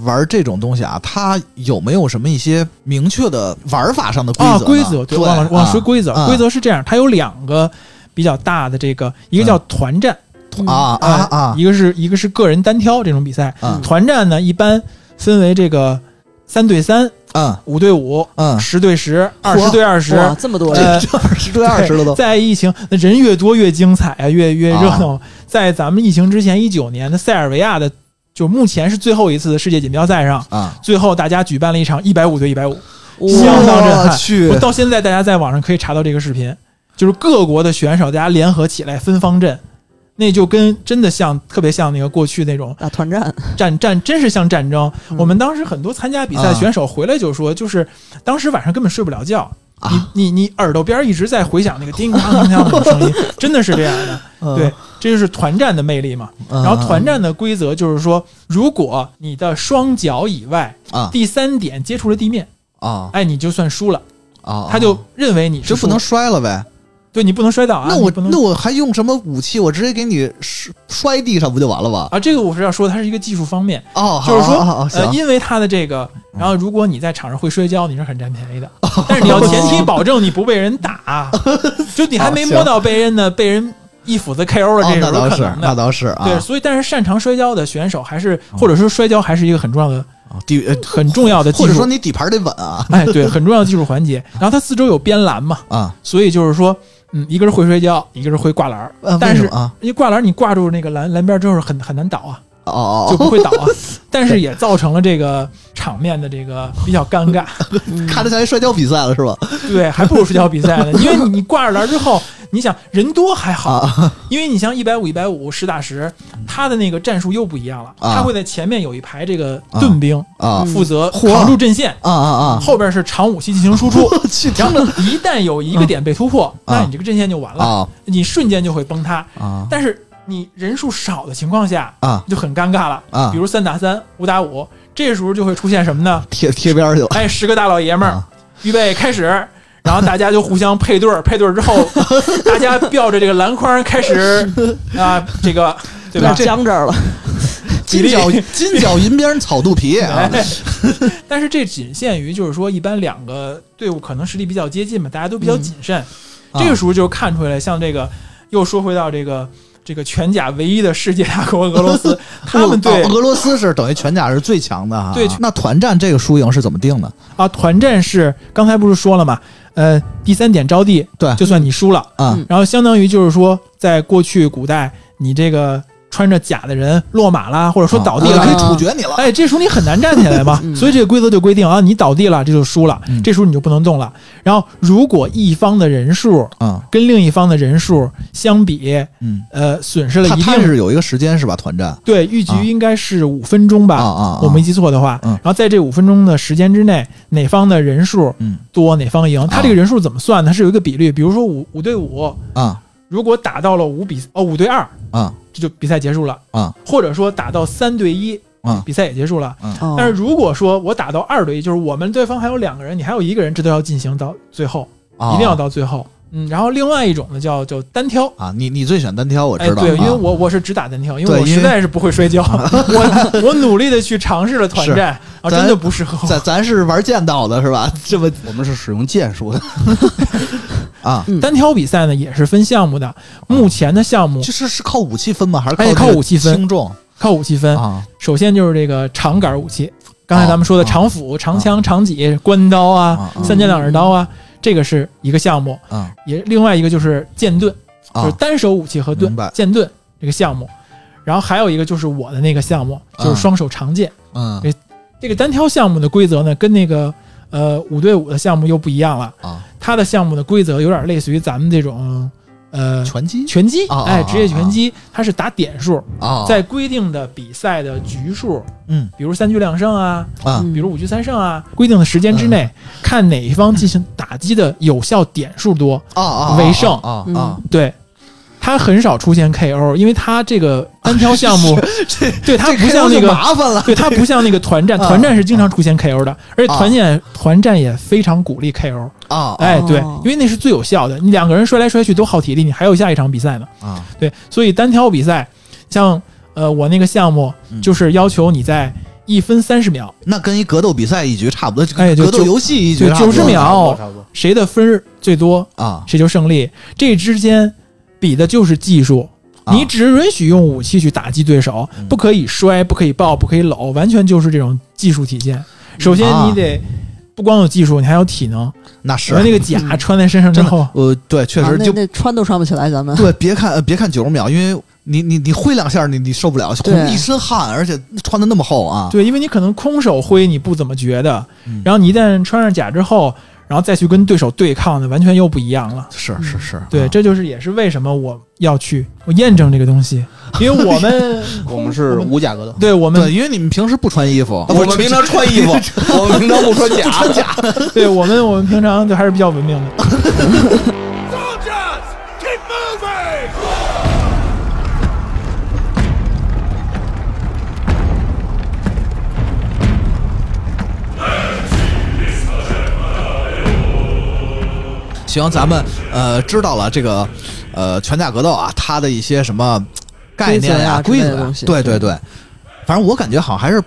Speaker 5: 玩这种东西啊，它有没有什么一些明确的玩法上的规
Speaker 6: 啊，
Speaker 5: 则呢？
Speaker 6: 规则，
Speaker 5: 对，
Speaker 6: 对，我忘了忘了说
Speaker 5: 啊
Speaker 6: 规则。
Speaker 5: 啊
Speaker 6: 规则是这样，它有两个比较大的这个，一个叫团战
Speaker 5: 嗯啊啊
Speaker 6: 啊
Speaker 5: 啊
Speaker 6: 一个是一个是个人单挑这种比赛。
Speaker 5: 啊
Speaker 6: 团战呢，一般分为这个三对三、
Speaker 5: 嗯
Speaker 6: 五对五、
Speaker 5: 嗯，
Speaker 6: 十对十、二十对二十。
Speaker 3: 哇，这么多人，
Speaker 6: 呃
Speaker 5: 这二 十对二十了都
Speaker 6: 在疫情，那人越多越精彩啊，越越热闹。在咱们疫情之前，一九年的塞尔维亚的，就目前是最后一次的世界锦标赛上，
Speaker 5: 啊，
Speaker 6: 最后大家举办了一场一百五对一百五，
Speaker 3: 哇
Speaker 6: 相当震撼
Speaker 5: 我去
Speaker 6: 我到现在大家在网上可以查到这个视频，就是各国的选手大家联合起来分方阵，那就跟真的像特别像那个过去那种
Speaker 3: 打团战，
Speaker 6: 战战，真是像战争。
Speaker 3: 嗯
Speaker 6: 我们当时很多参加比赛
Speaker 5: 啊
Speaker 6: 选手回来就说，就是当时晚上根本睡不了觉。
Speaker 5: 啊
Speaker 6: 你你你耳朵边一直在回响那个叮当叮当的声音，真的是这样的。对，这就是团战的魅力嘛。
Speaker 5: 嗯
Speaker 6: 然后团战的规则就是说，如果你的双脚以外
Speaker 5: 啊
Speaker 6: 第三点接触了地面，
Speaker 5: 啊
Speaker 6: 哎，你就算输了，
Speaker 5: 啊，
Speaker 6: 他就认为你是
Speaker 5: 就不
Speaker 6: 输
Speaker 5: 能摔了呗？
Speaker 6: 对你不能摔倒啊，
Speaker 5: 那我
Speaker 6: 你不能
Speaker 5: 那我还用什么武器？我直接给你摔摔地上不就完了吧？
Speaker 6: 啊，这个我是要说，它是一个技术方面，
Speaker 5: 哦，好
Speaker 6: 就是说
Speaker 5: 好好好
Speaker 6: 呃，
Speaker 5: 行嗯
Speaker 6: 因为它的这个，然后如果你在场上会摔跤，你是很占便宜的，
Speaker 5: 哦
Speaker 6: 但是你要前提保证你不被 人打，就你还没摸到被人呢，被人一斧子 KO 了，
Speaker 5: 哦
Speaker 6: 这，
Speaker 5: 那
Speaker 6: 种
Speaker 5: 倒
Speaker 6: 有可
Speaker 5: 是
Speaker 6: 能
Speaker 5: 那
Speaker 6: 的。
Speaker 5: 倒是啊，哦
Speaker 6: 对，所以但是擅长摔跤的选手还是，或者说摔跤还是一个很重要的、
Speaker 5: 底呃
Speaker 6: 很重要的技
Speaker 5: 或者说
Speaker 6: 术，
Speaker 5: 你底盘得稳啊
Speaker 6: 哎，对，很重要的技术环节。然后它四周有边栏嘛，
Speaker 5: 啊，
Speaker 6: 所以就是说，嗯，一个是会摔跤，一个是会挂篮儿
Speaker 5: 呃，
Speaker 6: 但
Speaker 5: 为什
Speaker 6: 是
Speaker 5: 么啊
Speaker 6: 因为挂篮儿你挂住那个栏栏边儿之后很很难倒啊。
Speaker 5: 哦哦
Speaker 6: 就
Speaker 5: 哦
Speaker 6: 不会倒 啊。但是也造成了这个场面的这个比较尴 尬，
Speaker 3: 嗯
Speaker 5: 看着像一摔跤比赛了是吧？
Speaker 6: 对，还不如摔跤比 赛呢。因为你你挂着篮之后，你想人多还
Speaker 5: 啊
Speaker 6: 好，因为你像一百五、一百五、十打十，他的那个战术又不一样了，
Speaker 5: 嗯啊
Speaker 6: 他会在前面有一排这个盾兵
Speaker 5: 啊
Speaker 6: 负责
Speaker 5: 嚯
Speaker 6: 扛住阵线，
Speaker 5: 啊啊
Speaker 6: 后边是长武器进行输出。
Speaker 5: 啊！去
Speaker 6: 嗯然后一旦有一个点被突破，
Speaker 5: 啊
Speaker 6: 那你这个阵线就完了，
Speaker 5: 啊
Speaker 6: 你瞬间就会崩塌。
Speaker 5: 啊
Speaker 6: 但是你人数少的情况下，
Speaker 5: 啊！
Speaker 6: 就很尴尬了
Speaker 5: 啊
Speaker 6: 比如三打三、五打五，这时候就会出现什么呢？
Speaker 5: 贴贴边儿去了
Speaker 6: 哎，十个大老爷们儿
Speaker 5: 啊，
Speaker 6: 预备开始，然后大家就互相配对儿，配对儿 之后，大家吊着这个篮筐开始啊，这个对吧？
Speaker 3: 僵这 儿了，
Speaker 6: 比
Speaker 5: 金
Speaker 6: 例
Speaker 5: 角金角银边草肚皮啊！
Speaker 6: 哎， 但是这仅限于就是说，一般两个队伍可能实力比较接近嘛，大家都比较谨慎。
Speaker 5: 啊
Speaker 6: 这个时候就看出来，像这个又说回到这个这个全甲唯一的世界大国俄 罗斯，他们对
Speaker 5: 哦俄罗斯是等于全甲是最强的哈。啊
Speaker 6: 对
Speaker 5: 那团战这个输赢是怎么定的？
Speaker 6: 啊，团战是刚才不是说了嘛？呃，第三点招地，
Speaker 5: 对
Speaker 6: 就算你输了，
Speaker 5: 啊
Speaker 3: 嗯
Speaker 6: 然后相当于就是说，在过去古代，你这个穿着甲的人落马啦，或者说倒地
Speaker 5: 啊
Speaker 6: 了
Speaker 5: 我可，以
Speaker 3: 啊
Speaker 5: 处决你了。
Speaker 6: 哎，这时候你很难站起来嘛。所以这个规则就规定啊，你倒地了，这就输了
Speaker 5: 嗯，
Speaker 6: 这时候你就不能动了。然后如果一方的人数
Speaker 5: 啊
Speaker 6: 跟另一方的人数相比，
Speaker 5: 嗯，
Speaker 6: 呃，损失了
Speaker 5: 他
Speaker 6: 一
Speaker 5: 他
Speaker 6: 定
Speaker 5: 是有一个时间是吧？团战
Speaker 6: 对，预
Speaker 5: 啊
Speaker 6: 局应该是五分钟吧，
Speaker 5: 啊啊啊
Speaker 6: 我没记错的话。
Speaker 5: 嗯
Speaker 6: 然后在这五分钟的时间之内，哪方的人数
Speaker 5: 嗯
Speaker 6: 多，哪方赢。它这个人数怎么算呢？它是有一个比率，比如说五五对五，
Speaker 5: 啊
Speaker 6: 如果打到了五比哦五对二，
Speaker 5: 啊
Speaker 6: 这就比赛结束了；
Speaker 5: 啊
Speaker 6: 或者说打到三对一，
Speaker 5: 啊
Speaker 6: 比赛也结束了。
Speaker 3: 哦
Speaker 6: 但是如果说我打到二对一，就是我们对方还有两个人，你还有一个人，这都要进行到最后，
Speaker 5: 啊！
Speaker 6: 一定要到最后。嗯，然后另外一种呢叫叫单挑，
Speaker 5: 啊！你你最选单挑，我
Speaker 6: 哎，
Speaker 5: 知道。
Speaker 6: 对，因为
Speaker 5: 啊
Speaker 6: 我我是只打单挑，因
Speaker 5: 对
Speaker 6: 为我
Speaker 5: 因为啊
Speaker 6: 实在是不会摔跤， 我我努力的去尝试了团战，啊，
Speaker 5: 咱
Speaker 6: 真的不适合
Speaker 5: 咱
Speaker 6: 我。
Speaker 5: 咱是玩剑道的是吧？ 这么
Speaker 4: 我们是使用剑术的，
Speaker 5: 啊，
Speaker 3: 嗯
Speaker 6: 单挑比赛呢也是分项目的，目前的项目
Speaker 5: 就是是靠武器分吗？还是
Speaker 6: 哎
Speaker 5: 靠
Speaker 6: 靠
Speaker 5: 这个
Speaker 6: 武器分嗯
Speaker 5: 轻重
Speaker 6: 靠武器分，
Speaker 5: 啊？
Speaker 6: 首先就是这个长杆武器，刚才咱们说的
Speaker 5: 啊
Speaker 6: 长斧、长枪、长戟、关刀啊、
Speaker 5: 啊
Speaker 6: 三尖两刃刀啊，这个是一个项目，
Speaker 5: 啊
Speaker 6: 也另外一个就是剑盾，就是
Speaker 5: 啊！
Speaker 6: 单手武器和盾
Speaker 5: 明白
Speaker 6: 剑盾这个项目。然后还有一个就是我的那个项目，就是
Speaker 5: 啊
Speaker 6: 双手长剑，
Speaker 5: 嗯
Speaker 6: 这这个单挑项目的规则呢，跟那个呃五对五的项目又不一样了。
Speaker 5: 啊，
Speaker 6: 它的项目的规则有点类似于咱们这种呃
Speaker 5: 拳击
Speaker 6: 拳击，
Speaker 5: 啊啊
Speaker 6: 哎，职业拳
Speaker 5: 啊
Speaker 6: 击，它是打点数，
Speaker 5: 啊，
Speaker 6: 在规定的比赛的局数，
Speaker 5: 嗯
Speaker 6: 比如三局两胜啊，
Speaker 5: 啊
Speaker 6: 比如五局三胜啊，规定的时间之内，
Speaker 5: 嗯
Speaker 6: 看哪一方进行打击的有效点数多。
Speaker 5: 啊啊
Speaker 6: 为胜
Speaker 5: 啊
Speaker 3: 嗯
Speaker 5: 啊，
Speaker 6: 对，它很少出现 KO，因为它这个单挑项目， 对 它
Speaker 5: 这
Speaker 6: 不像那
Speaker 5: KO 就
Speaker 6: 个。
Speaker 5: 麻烦了
Speaker 6: 对，它不像那个团战，
Speaker 5: 啊
Speaker 6: 团战是经常出现 KO 的，而且团战团战也非常鼓励 KO。
Speaker 5: 啊
Speaker 6: 哎，对
Speaker 3: 哦，
Speaker 6: 因为那是最有效的，你两个人摔来摔去都耗体力，你还有下一场比赛呢。
Speaker 5: 啊
Speaker 6: 对，所以单挑比赛，像呃我那个项目
Speaker 5: 嗯
Speaker 6: 就是要求你在一分三十秒，
Speaker 5: 那跟一格斗比赛一局差不多，就
Speaker 6: 哎
Speaker 5: 跟
Speaker 6: 就
Speaker 5: 格斗游戏一局
Speaker 6: 就
Speaker 5: 差不啊多
Speaker 6: 90秒
Speaker 4: 差不多
Speaker 6: 谁的分儿最多，
Speaker 5: 啊
Speaker 6: 谁就胜利。这之间比的就是技术，
Speaker 5: 啊
Speaker 6: 你只允许用武器去打击对手，
Speaker 5: 嗯
Speaker 6: 不可以摔，不可以抱，不可以搂，完全就是这种技术体现。首先
Speaker 5: 啊
Speaker 6: 你得不光有技术，你还有体能。
Speaker 5: 那是啊
Speaker 6: 然后那个甲穿在身上之
Speaker 5: 真的
Speaker 6: 后，
Speaker 5: 呃对，确实
Speaker 3: 啊那
Speaker 5: 就
Speaker 3: 那穿都穿不起来，咱们
Speaker 5: 对，别看呃别看九十秒，因为你你你挥两下，你你受不了，
Speaker 3: 对
Speaker 5: 一身汗，而且穿的那么厚啊，
Speaker 6: 对，因为你可能空手挥你不怎么觉得
Speaker 5: 嗯，
Speaker 6: 然后你一旦穿上甲之后，然后再去跟对手对抗，那完全又不一样了。
Speaker 5: 是是是，
Speaker 6: 对，
Speaker 5: 啊
Speaker 6: 这就是也是为什么我要去我验证这个 东西，因为我们
Speaker 4: 我们是无甲格斗，
Speaker 6: 对我们
Speaker 5: 对，因为你们平时不穿衣服，啊不
Speaker 4: 我
Speaker 5: 是
Speaker 4: 们平常穿衣服，我们平常不穿甲，穿甲。
Speaker 6: 对我们我们平常就还是比较文明的。
Speaker 5: 行，咱们呃知道了这个呃拳架格斗啊，它的一些什么概念呀、规
Speaker 3: 规
Speaker 5: 则
Speaker 3: 则呀之类的
Speaker 5: 呀
Speaker 3: 东，西
Speaker 5: 对对
Speaker 3: 对
Speaker 5: 对，反正我感觉好像还是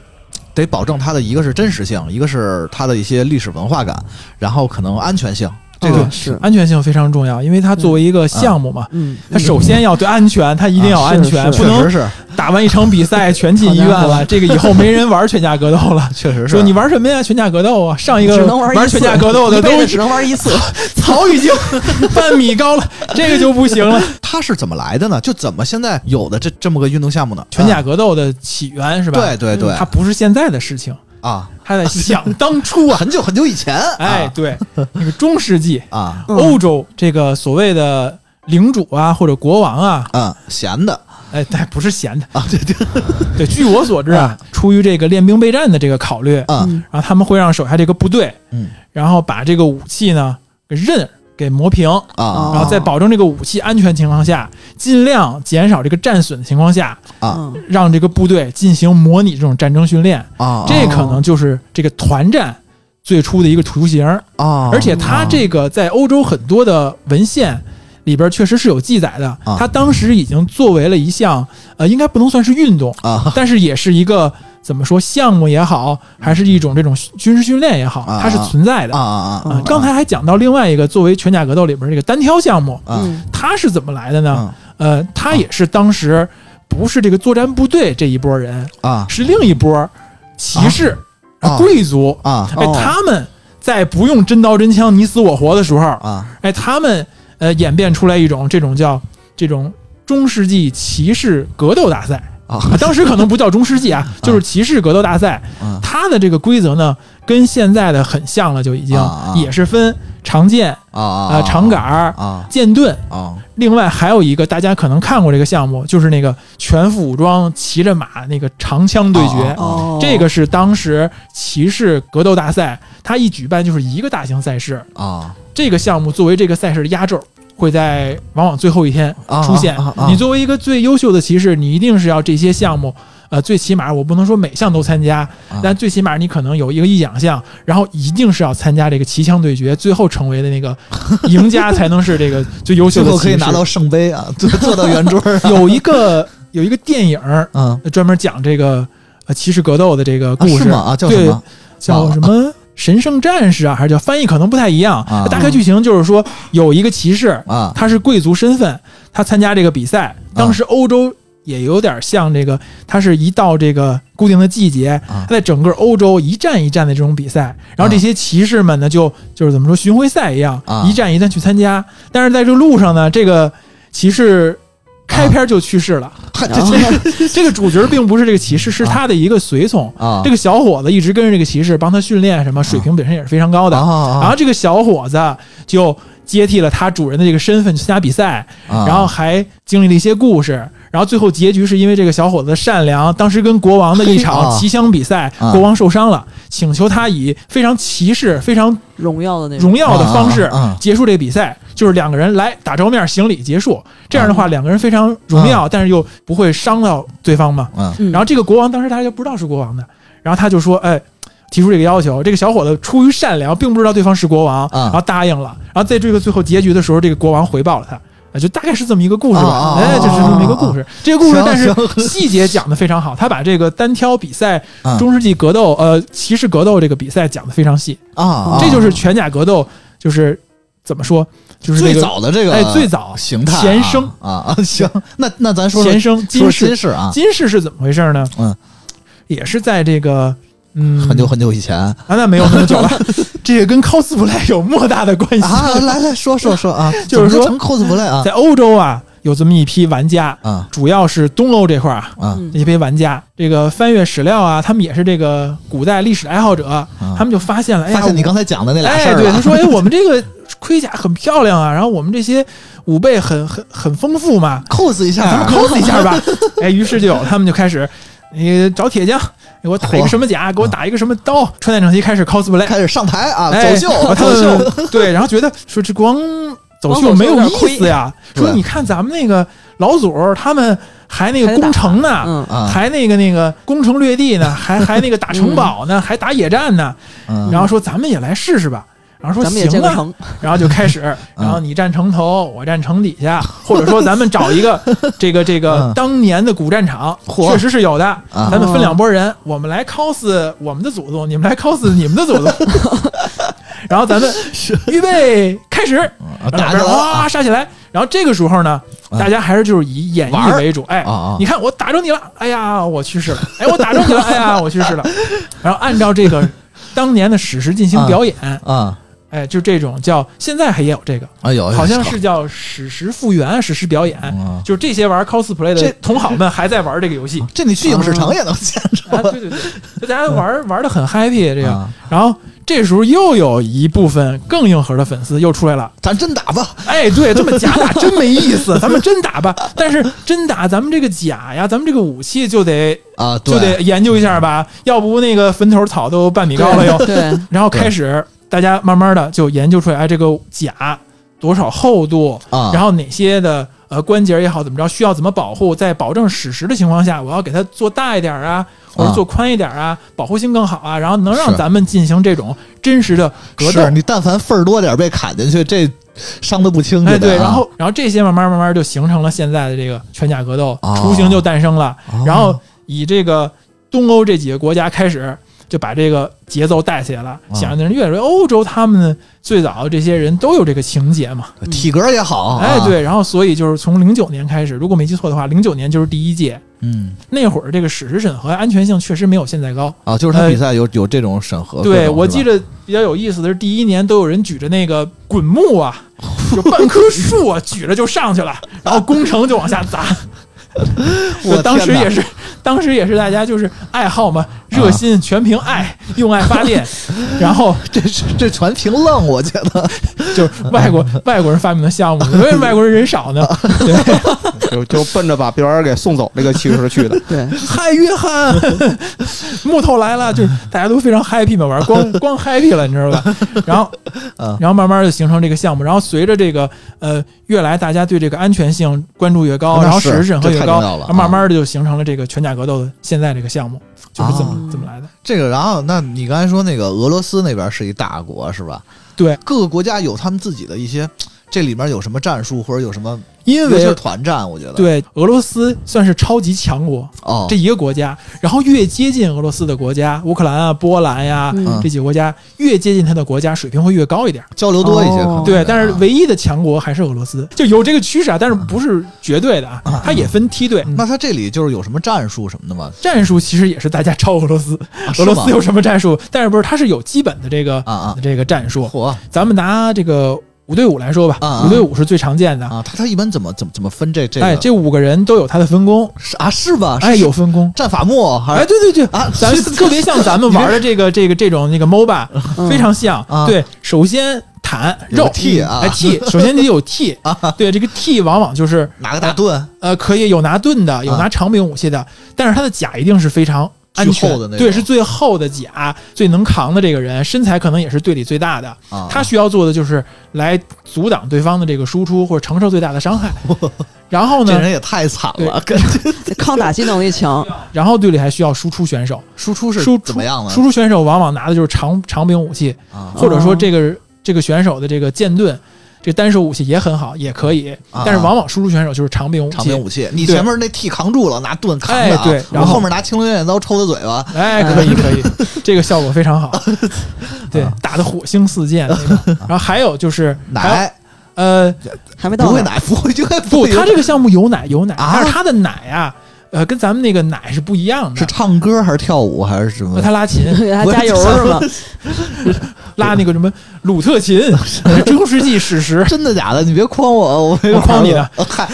Speaker 5: 得保证它的一个是真实性，一个是它的一些历史文化感，然后可能安全性。这个、
Speaker 3: 嗯是
Speaker 6: 安全性非常重要，因为它作为一个项目嘛，
Speaker 3: 嗯，
Speaker 6: 它首先要对安全，它一定要
Speaker 3: 啊
Speaker 6: 安
Speaker 3: 是是
Speaker 6: 全，不
Speaker 5: 确实
Speaker 6: 能
Speaker 5: 是，
Speaker 6: 打完一场比赛全进医院了，这个以后没人玩拳架格斗了。
Speaker 5: 确实是。
Speaker 6: 说你玩什么呀？拳架格斗啊！上一个
Speaker 3: 只能玩一次
Speaker 6: 拳架格斗 的
Speaker 3: 一
Speaker 6: 都啊
Speaker 3: 辈子只能玩一次，
Speaker 6: 草已经 半米高了，这个就不行了。
Speaker 5: 它是怎么来的呢？就怎么现在有的这这么个运动项目呢？啊
Speaker 6: 拳架格斗的起源是吧？嗯
Speaker 5: 对对对
Speaker 6: 它不是现在的事情，
Speaker 5: 啊，
Speaker 6: 它在想当初啊，
Speaker 5: 很久很久以前，
Speaker 6: 哎，对，那个中世纪
Speaker 5: 啊
Speaker 3: 嗯
Speaker 6: 欧洲这个所谓的领主啊或者国王啊，
Speaker 5: 啊，闲的
Speaker 6: 哎，但不是闲的
Speaker 5: 啊，对对，
Speaker 6: 对，据我所知啊，出于这个练兵备战的这个考虑，
Speaker 5: 啊
Speaker 3: 嗯
Speaker 6: 然后他们会让手下这个部队，
Speaker 5: 嗯
Speaker 6: 然后把这个武器呢给刃给磨平，
Speaker 5: 啊
Speaker 3: 哦
Speaker 6: 然后在保证这个武器安全情况下，尽量减少这个战损的情况下，
Speaker 5: 啊
Speaker 3: 嗯
Speaker 6: 让这个部队进行模拟这种战争训练。
Speaker 5: 啊，
Speaker 6: 这可能就是这个团战最初的一个雏形，
Speaker 5: 啊，
Speaker 6: 而且它这个在欧洲很多的文献。里边确实是有记载的
Speaker 5: 啊，
Speaker 6: 它当时已经作为了一项，呃，应该不能算是运动，
Speaker 5: 啊
Speaker 6: 但是也是一个怎么说项目也好，还是一种这种军事训练也好
Speaker 5: 啊，
Speaker 6: 它是存在
Speaker 5: 啊
Speaker 6: 的。
Speaker 5: 啊啊
Speaker 6: 啊刚才还讲到另外一个作为拳架格斗里边这个单挑项目，
Speaker 5: 啊
Speaker 3: 嗯
Speaker 6: 它是怎么来的呢？呃，它也是当时不是这个作战部队这一波人，
Speaker 5: 啊
Speaker 6: 是另一波骑士、
Speaker 5: 啊
Speaker 6: 贵族，
Speaker 5: 啊
Speaker 6: 哎，他们在不用真刀真枪你死我活的时候，
Speaker 5: 啊
Speaker 6: 哎，他们呃演变出来一种这种叫这种中世纪骑士格斗大赛。
Speaker 5: 啊
Speaker 6: 啊，当时可能不叫中世纪 啊，就是骑士格斗大赛，
Speaker 5: 啊
Speaker 6: 它的这个规则呢，跟现在的很像了，就已经
Speaker 5: 啊啊
Speaker 6: 也是分长剑
Speaker 5: 啊
Speaker 6: 啊、长杆儿、
Speaker 5: 啊
Speaker 6: 剑盾，
Speaker 5: 啊
Speaker 6: 另外还有一个大家可能看过这个项目，就是那个全副武装骑着马那个长枪对决，
Speaker 5: 啊
Speaker 3: 哦，
Speaker 6: 哎这个是当时骑士格斗大赛，它一举办就是一个大型赛事，
Speaker 5: 啊
Speaker 6: 这个项目作为这个赛事的压轴。会在往往最后一天
Speaker 5: 啊
Speaker 6: 出现
Speaker 5: 啊啊啊。
Speaker 6: 你作为一个最优秀的骑士，你一定是要这些项目，呃，最起码我不能说每项都参加
Speaker 5: 啊，
Speaker 6: 但最起码你可能有一个一两项，然后啊一定是要参加这个骑枪对决，最后成为的 那个赢家才能是这个最优秀
Speaker 5: 最
Speaker 6: 的
Speaker 5: 后
Speaker 6: 骑
Speaker 5: 可以
Speaker 6: 士。
Speaker 5: 拿到圣杯啊，坐坐到圆桌 儿
Speaker 6: 有一个有一个电影儿
Speaker 5: 啊，
Speaker 6: 专门讲这个呃骑士格斗的这个嗯故
Speaker 5: 是
Speaker 6: 事，
Speaker 5: 吗？啊，叫什么？哦
Speaker 6: 叫什么？神圣战士啊，还是叫翻译可能不太一样。
Speaker 5: 啊
Speaker 6: 大概剧情就是说，有一个骑士，
Speaker 5: 啊
Speaker 6: 他是贵族身份，他参加这个比赛。当时欧洲也有点像这个，他是一到这个固定的季节，
Speaker 5: 啊
Speaker 6: 他在整个欧洲一站一站的这种比赛，然后这些骑士们呢，就就是怎么说巡回赛一样
Speaker 5: 啊，
Speaker 6: 一站一站去参加。但是在这路上呢，这个骑士开篇就去世了，
Speaker 5: 嗨，这
Speaker 6: 然后这个主角并不是这个骑士，是他的一个随从。
Speaker 5: 啊，
Speaker 6: 这个小伙子一直跟着这个骑士，帮他训练什么，水平本身也是非常高的。
Speaker 5: 啊
Speaker 6: 然后这个小伙子就接替了他主人的这个身份去参加比赛，
Speaker 5: 啊
Speaker 6: 然后还经历了一些故事，然后最后结局是因为这个小伙子的善良，当时跟国王的一场
Speaker 5: 嘿啊
Speaker 6: 骑枪比赛，
Speaker 5: 啊
Speaker 6: 国王受伤了，请求他以非常骑士、非常
Speaker 3: 荣耀的那种
Speaker 6: 荣耀的方式
Speaker 5: 啊啊啊
Speaker 6: 结束这个比赛，就是两个人来打照面行礼结束。这
Speaker 5: 啊
Speaker 6: 样的话，两个人非常荣耀，但是又不会伤到对方嘛。
Speaker 5: 嗯
Speaker 3: 嗯
Speaker 6: 然后这个国王当时他就不知道是国王的，然后他就说：“哎，提出这个要求。”这个小伙子出于善良，并不知道对方是国王，
Speaker 5: 嗯
Speaker 6: 然后答应了。然后在这个最后结局的时候，这个国王回报了他。啊，就大概是这么一个故事
Speaker 5: 啊啊啊
Speaker 6: 吧，哎，就是这么一个故事。这个故事
Speaker 5: 行，
Speaker 6: 但是
Speaker 5: 行
Speaker 6: 细节讲的非常好，他把这个单挑比赛
Speaker 5: 嗯、
Speaker 6: 中世纪格斗，呃，骑士格斗这个比赛讲的非常细。
Speaker 5: 啊，
Speaker 6: 这就是拳甲格斗，就是怎么说，就是那
Speaker 5: 最
Speaker 6: 个
Speaker 5: 早的这个
Speaker 6: 哎最早
Speaker 5: 形态啊
Speaker 6: 前生
Speaker 5: 啊啊，行， 那那咱说说
Speaker 6: 前生
Speaker 5: 说
Speaker 6: 金
Speaker 5: 金
Speaker 6: 氏，
Speaker 5: 氏啊，
Speaker 6: 金氏是怎么回事呢？
Speaker 5: 嗯，
Speaker 6: 也是在这个嗯
Speaker 5: 很久很久以前啊，
Speaker 6: 啊，那没有那么久 了，这也跟 cosplay 有莫大的关系。
Speaker 5: 啊来来说说说啊，
Speaker 6: 就是说
Speaker 5: 怎么成 cosplay 啊
Speaker 6: 在欧洲啊，有这么一批玩家，
Speaker 5: 啊
Speaker 6: 主要是东欧这块儿啊，
Speaker 5: 啊
Speaker 3: 嗯
Speaker 6: 一批玩家，这个翻阅史料啊，他们也是这个古代历史的爱好者，他们就发现了，哎呀，
Speaker 5: 啊发现你
Speaker 6: 我
Speaker 5: 刚才讲的那俩事
Speaker 6: 哎，
Speaker 5: 儿
Speaker 6: 对，
Speaker 5: 了
Speaker 6: 他说，哎，我们这个盔甲很漂亮啊，然后我们这些武备很很很丰富嘛，
Speaker 5: cos 一
Speaker 6: 咱们
Speaker 5: 下
Speaker 6: cos 一下吧。 哎，于是就有他们就开始，你找铁匠，给我打一个什么甲，给我打一个什么刀，穿戴整齐开始 cosplay
Speaker 5: 开始上台啊，
Speaker 6: 哎
Speaker 5: 走秀
Speaker 6: 他
Speaker 5: 走秀啊
Speaker 6: 们对，然后觉得说这光走
Speaker 3: 光走
Speaker 6: 秀
Speaker 3: 秀
Speaker 6: 没有
Speaker 3: 有点
Speaker 6: 意思呀，
Speaker 5: 亏
Speaker 6: 说你看咱们那个老祖儿他们还那
Speaker 3: 还
Speaker 6: 个
Speaker 3: 得打
Speaker 6: 攻城呢，
Speaker 3: 嗯
Speaker 5: 啊，
Speaker 6: 还那个那个攻城略地呢，还还那个打
Speaker 3: 嗯
Speaker 6: 城堡呢，还打野战呢，
Speaker 5: 嗯
Speaker 6: 然后说咱们也来试试吧。然后说
Speaker 3: 咱们也建
Speaker 6: 行
Speaker 3: 个
Speaker 6: 啊，
Speaker 3: 城，
Speaker 6: 然后就开始，
Speaker 5: 嗯
Speaker 6: 然后你站城头，我站城底下，或者说咱们找一 个这个这个
Speaker 5: 嗯
Speaker 6: 当年的古战场，
Speaker 5: 嚯啊
Speaker 6: 确实是有的。咱们分两拨人，我们来 cos 我们的祖宗，你们来 cos 你们的祖 宗。然后咱们预备开始，
Speaker 5: 啊
Speaker 6: 然后
Speaker 5: 打起
Speaker 6: 两边
Speaker 5: 来了
Speaker 6: 哇杀起来。然后这个时候呢，
Speaker 5: 嗯
Speaker 6: 大家还是就是以演
Speaker 5: 玩
Speaker 6: 绎
Speaker 5: 儿
Speaker 6: 为主，哎
Speaker 5: 啊啊，
Speaker 6: 你看我打中你了，哎呀我去世了，哎我打中 你了，哎呀我去世了。然后按照这个当年的史实进行表演，
Speaker 5: 啊
Speaker 6: 哎，就这种叫现在还也有这个，
Speaker 5: 啊有，有
Speaker 6: 好像是叫史实复原、史实表演，
Speaker 5: 嗯
Speaker 6: 就是这些玩 cosplay
Speaker 5: 这哦
Speaker 6: 的同好们还在玩这个游戏。
Speaker 5: 这你去影视城也能见着
Speaker 6: 啊，对对对，就大家玩玩的很 happy 这个
Speaker 5: 啊，
Speaker 6: 然后这时候又有一部分更硬核的粉丝又出来了，
Speaker 5: 咱真打吧，
Speaker 6: 哎，对，这么假打 真没意思，咱们真打吧。但是真打咱们这个假呀，咱们这个武器就得
Speaker 5: 啊，对
Speaker 6: 就得研究一下吧，要不那个坟头草都半米高了又。
Speaker 3: 对，
Speaker 6: 然后开始大家慢慢的就研究出来，哎，这个甲多少厚度，
Speaker 5: 啊，
Speaker 6: 然后哪些的呃关节也好怎么着，需要怎么保护，在保证史实的情况下，我要给它做大一点儿啊，或者
Speaker 5: 啊
Speaker 6: 做宽一点儿啊，保护性更好啊，然后能让
Speaker 5: 是
Speaker 6: 咱们进行这种真实的格斗
Speaker 5: 是。你但凡份儿多点儿被砍进去，这伤的不轻着呢啊。
Speaker 6: 哎，对，然后然后这些慢慢慢慢就形成了现在的这个拳甲格斗
Speaker 5: 哦
Speaker 6: 雏形就诞生了，
Speaker 5: 哦
Speaker 6: 然后以这个东欧这几个国家开始。就把这个节奏带起来了，
Speaker 5: 嗯
Speaker 6: 想让人越来越欧洲，他们最早这些人都有这个情节嘛，
Speaker 5: 体格也好，啊
Speaker 6: 哎，，对，然后所以就是从零九年开始，如果没记错的话，零九年就是第一届，
Speaker 5: 嗯
Speaker 6: 那会儿这个史实审核安全性确实没有现在高。
Speaker 5: 啊，就是他比赛有有这种审核，各
Speaker 6: 哎对
Speaker 5: 种
Speaker 6: 我
Speaker 5: 是吧
Speaker 6: 记得比较有意思的是，第一年都有人举着那个滚木啊，就半棵树啊，举着就上去了，然后工程就往下 砸。
Speaker 5: 我
Speaker 6: 就当时
Speaker 5: 天哪
Speaker 6: 也是，当时也是大家就是爱好嘛，热
Speaker 5: 啊
Speaker 6: 心全凭爱，用爱发电，然后
Speaker 5: 这这这全凭愣，我觉得
Speaker 6: 就是外国外国人发明 的项目，为什么外国人人少呢？对。
Speaker 4: 就就奔着把别人给送走这个骑士 去的。
Speaker 3: 对，
Speaker 6: 嗨，约翰， 木头来了，就是大家都非常 happy 嘛，玩儿 光光 happy 了，你知道吧？然后
Speaker 5: 嗯，
Speaker 6: 然后慢慢就形成这个项目，然后随着这个呃，越来大家对这个安全性关注越高，
Speaker 5: 那
Speaker 6: 然后
Speaker 5: 是
Speaker 6: 实施审核
Speaker 5: 这
Speaker 6: 越
Speaker 5: 太
Speaker 6: 高，
Speaker 5: 重要了啊
Speaker 6: 然后慢慢的就形成了这个拳甲格斗的现在这个项目，就是这么
Speaker 3: 啊
Speaker 6: 这么来的。
Speaker 5: 这个。然后，那你刚才说那个俄罗斯那边是一大国是吧？
Speaker 6: 对，
Speaker 5: 各个国家有他们自己的一些，这里面有什么战术或者有什么，
Speaker 6: 因
Speaker 5: 尤其是
Speaker 6: 为
Speaker 5: 团战，我觉得
Speaker 6: 对俄罗斯算是超级强国，
Speaker 5: 哦，
Speaker 6: 这一个国家，然后越接近俄罗斯的国家，乌克兰啊、波兰呀、
Speaker 3: 嗯
Speaker 6: 这几个国家，越接近它的国家，水平会越高一点。
Speaker 5: 交流多一些可能啊，
Speaker 3: 哦
Speaker 6: 对，但是唯一的强国还是俄罗斯，就有这个趋势啊，但是不是绝对的啊，它也分梯队。
Speaker 5: 那他这里就是有什么战术什么的吗？啊
Speaker 6: 战术其实也是大家抄俄罗斯，
Speaker 5: 是
Speaker 6: 俄
Speaker 5: 吗
Speaker 6: 罗斯有什么战术？但是不是它是有基本的这个
Speaker 5: 啊啊
Speaker 6: 这个战术？
Speaker 5: 火
Speaker 6: 咱们拿这个五对五来说吧，
Speaker 5: 啊啊
Speaker 6: 五对五是最常见的。
Speaker 5: 啊，他他一般怎么怎么怎么分这这个？
Speaker 6: 哎，这五个人都有他的分工，
Speaker 5: 是啊是吧？是
Speaker 6: 哎，有分工。
Speaker 5: 战法木还
Speaker 6: 哎，
Speaker 5: 是
Speaker 6: 对对对，
Speaker 5: 啊
Speaker 6: 咱
Speaker 5: 是嗯
Speaker 6: 特别像咱们玩的这个这个这种那个 MOBA，非
Speaker 3: 嗯
Speaker 6: 常像
Speaker 5: 啊。
Speaker 6: 对，首先坦
Speaker 5: 有
Speaker 6: 肉
Speaker 5: 个 T 啊
Speaker 6: 哎 T，首先得有 T，对这个 T 往往就是
Speaker 5: 拿个大盾？
Speaker 6: 呃，可以有拿盾
Speaker 5: 啊
Speaker 6: 的，有拿长柄武器的，但是他的甲一定是非常安
Speaker 5: 巨
Speaker 6: 全
Speaker 5: 厚的那种
Speaker 6: 对，是最厚的甲，最能扛的这个人，身材可能也是队里最大的。
Speaker 5: 啊
Speaker 6: 他需要做的就是来阻挡对方的这个输出或者承受最大的伤 害。然后
Speaker 5: 这
Speaker 6: 呢，
Speaker 5: 人也太惨了，跟
Speaker 3: 抗打击能力强，
Speaker 6: 然后队里还需要输出选手，
Speaker 5: 输出是
Speaker 6: 输出
Speaker 5: 怎么样呢？
Speaker 6: 输出选手往往拿的就是长长柄武器，
Speaker 5: 啊
Speaker 6: 或者说这个这个选手的这个剑盾。这单手武器也很好，也可以，
Speaker 5: 啊
Speaker 6: 但是往往输出选手就是长柄武器。
Speaker 5: 长柄武器，你
Speaker 6: 对
Speaker 5: 前面那 T 扛住了，拿盾扛
Speaker 6: 哎
Speaker 5: 着啊，
Speaker 6: 对然
Speaker 5: 我
Speaker 6: 后
Speaker 5: 后面拿青龙偃月刀抽他嘴巴，
Speaker 6: 哎，可以可以，这个效果非 常好。对，打的火星四溅那种。然后还有就是还有
Speaker 5: 啊奶
Speaker 6: 呃，
Speaker 3: 还没到
Speaker 5: 不会
Speaker 3: 呢
Speaker 5: 奶，不会应该
Speaker 6: 不，
Speaker 5: 会有
Speaker 6: 他这个项目有奶有奶，
Speaker 5: 啊
Speaker 6: 但是他的奶啊，呃，跟咱们那个奶是不一样
Speaker 5: 是
Speaker 6: 的。呃
Speaker 5: 唱歌还是跳舞还是什么？
Speaker 6: 他 拉琴，
Speaker 3: 给他加油是吧？
Speaker 6: 拉那个什么鲁 特琴，呃中世纪史实。
Speaker 5: 真的假的？你别诓我，我没
Speaker 6: 我
Speaker 5: 玩
Speaker 6: 诓你
Speaker 5: 过
Speaker 6: 呢
Speaker 5: 嗨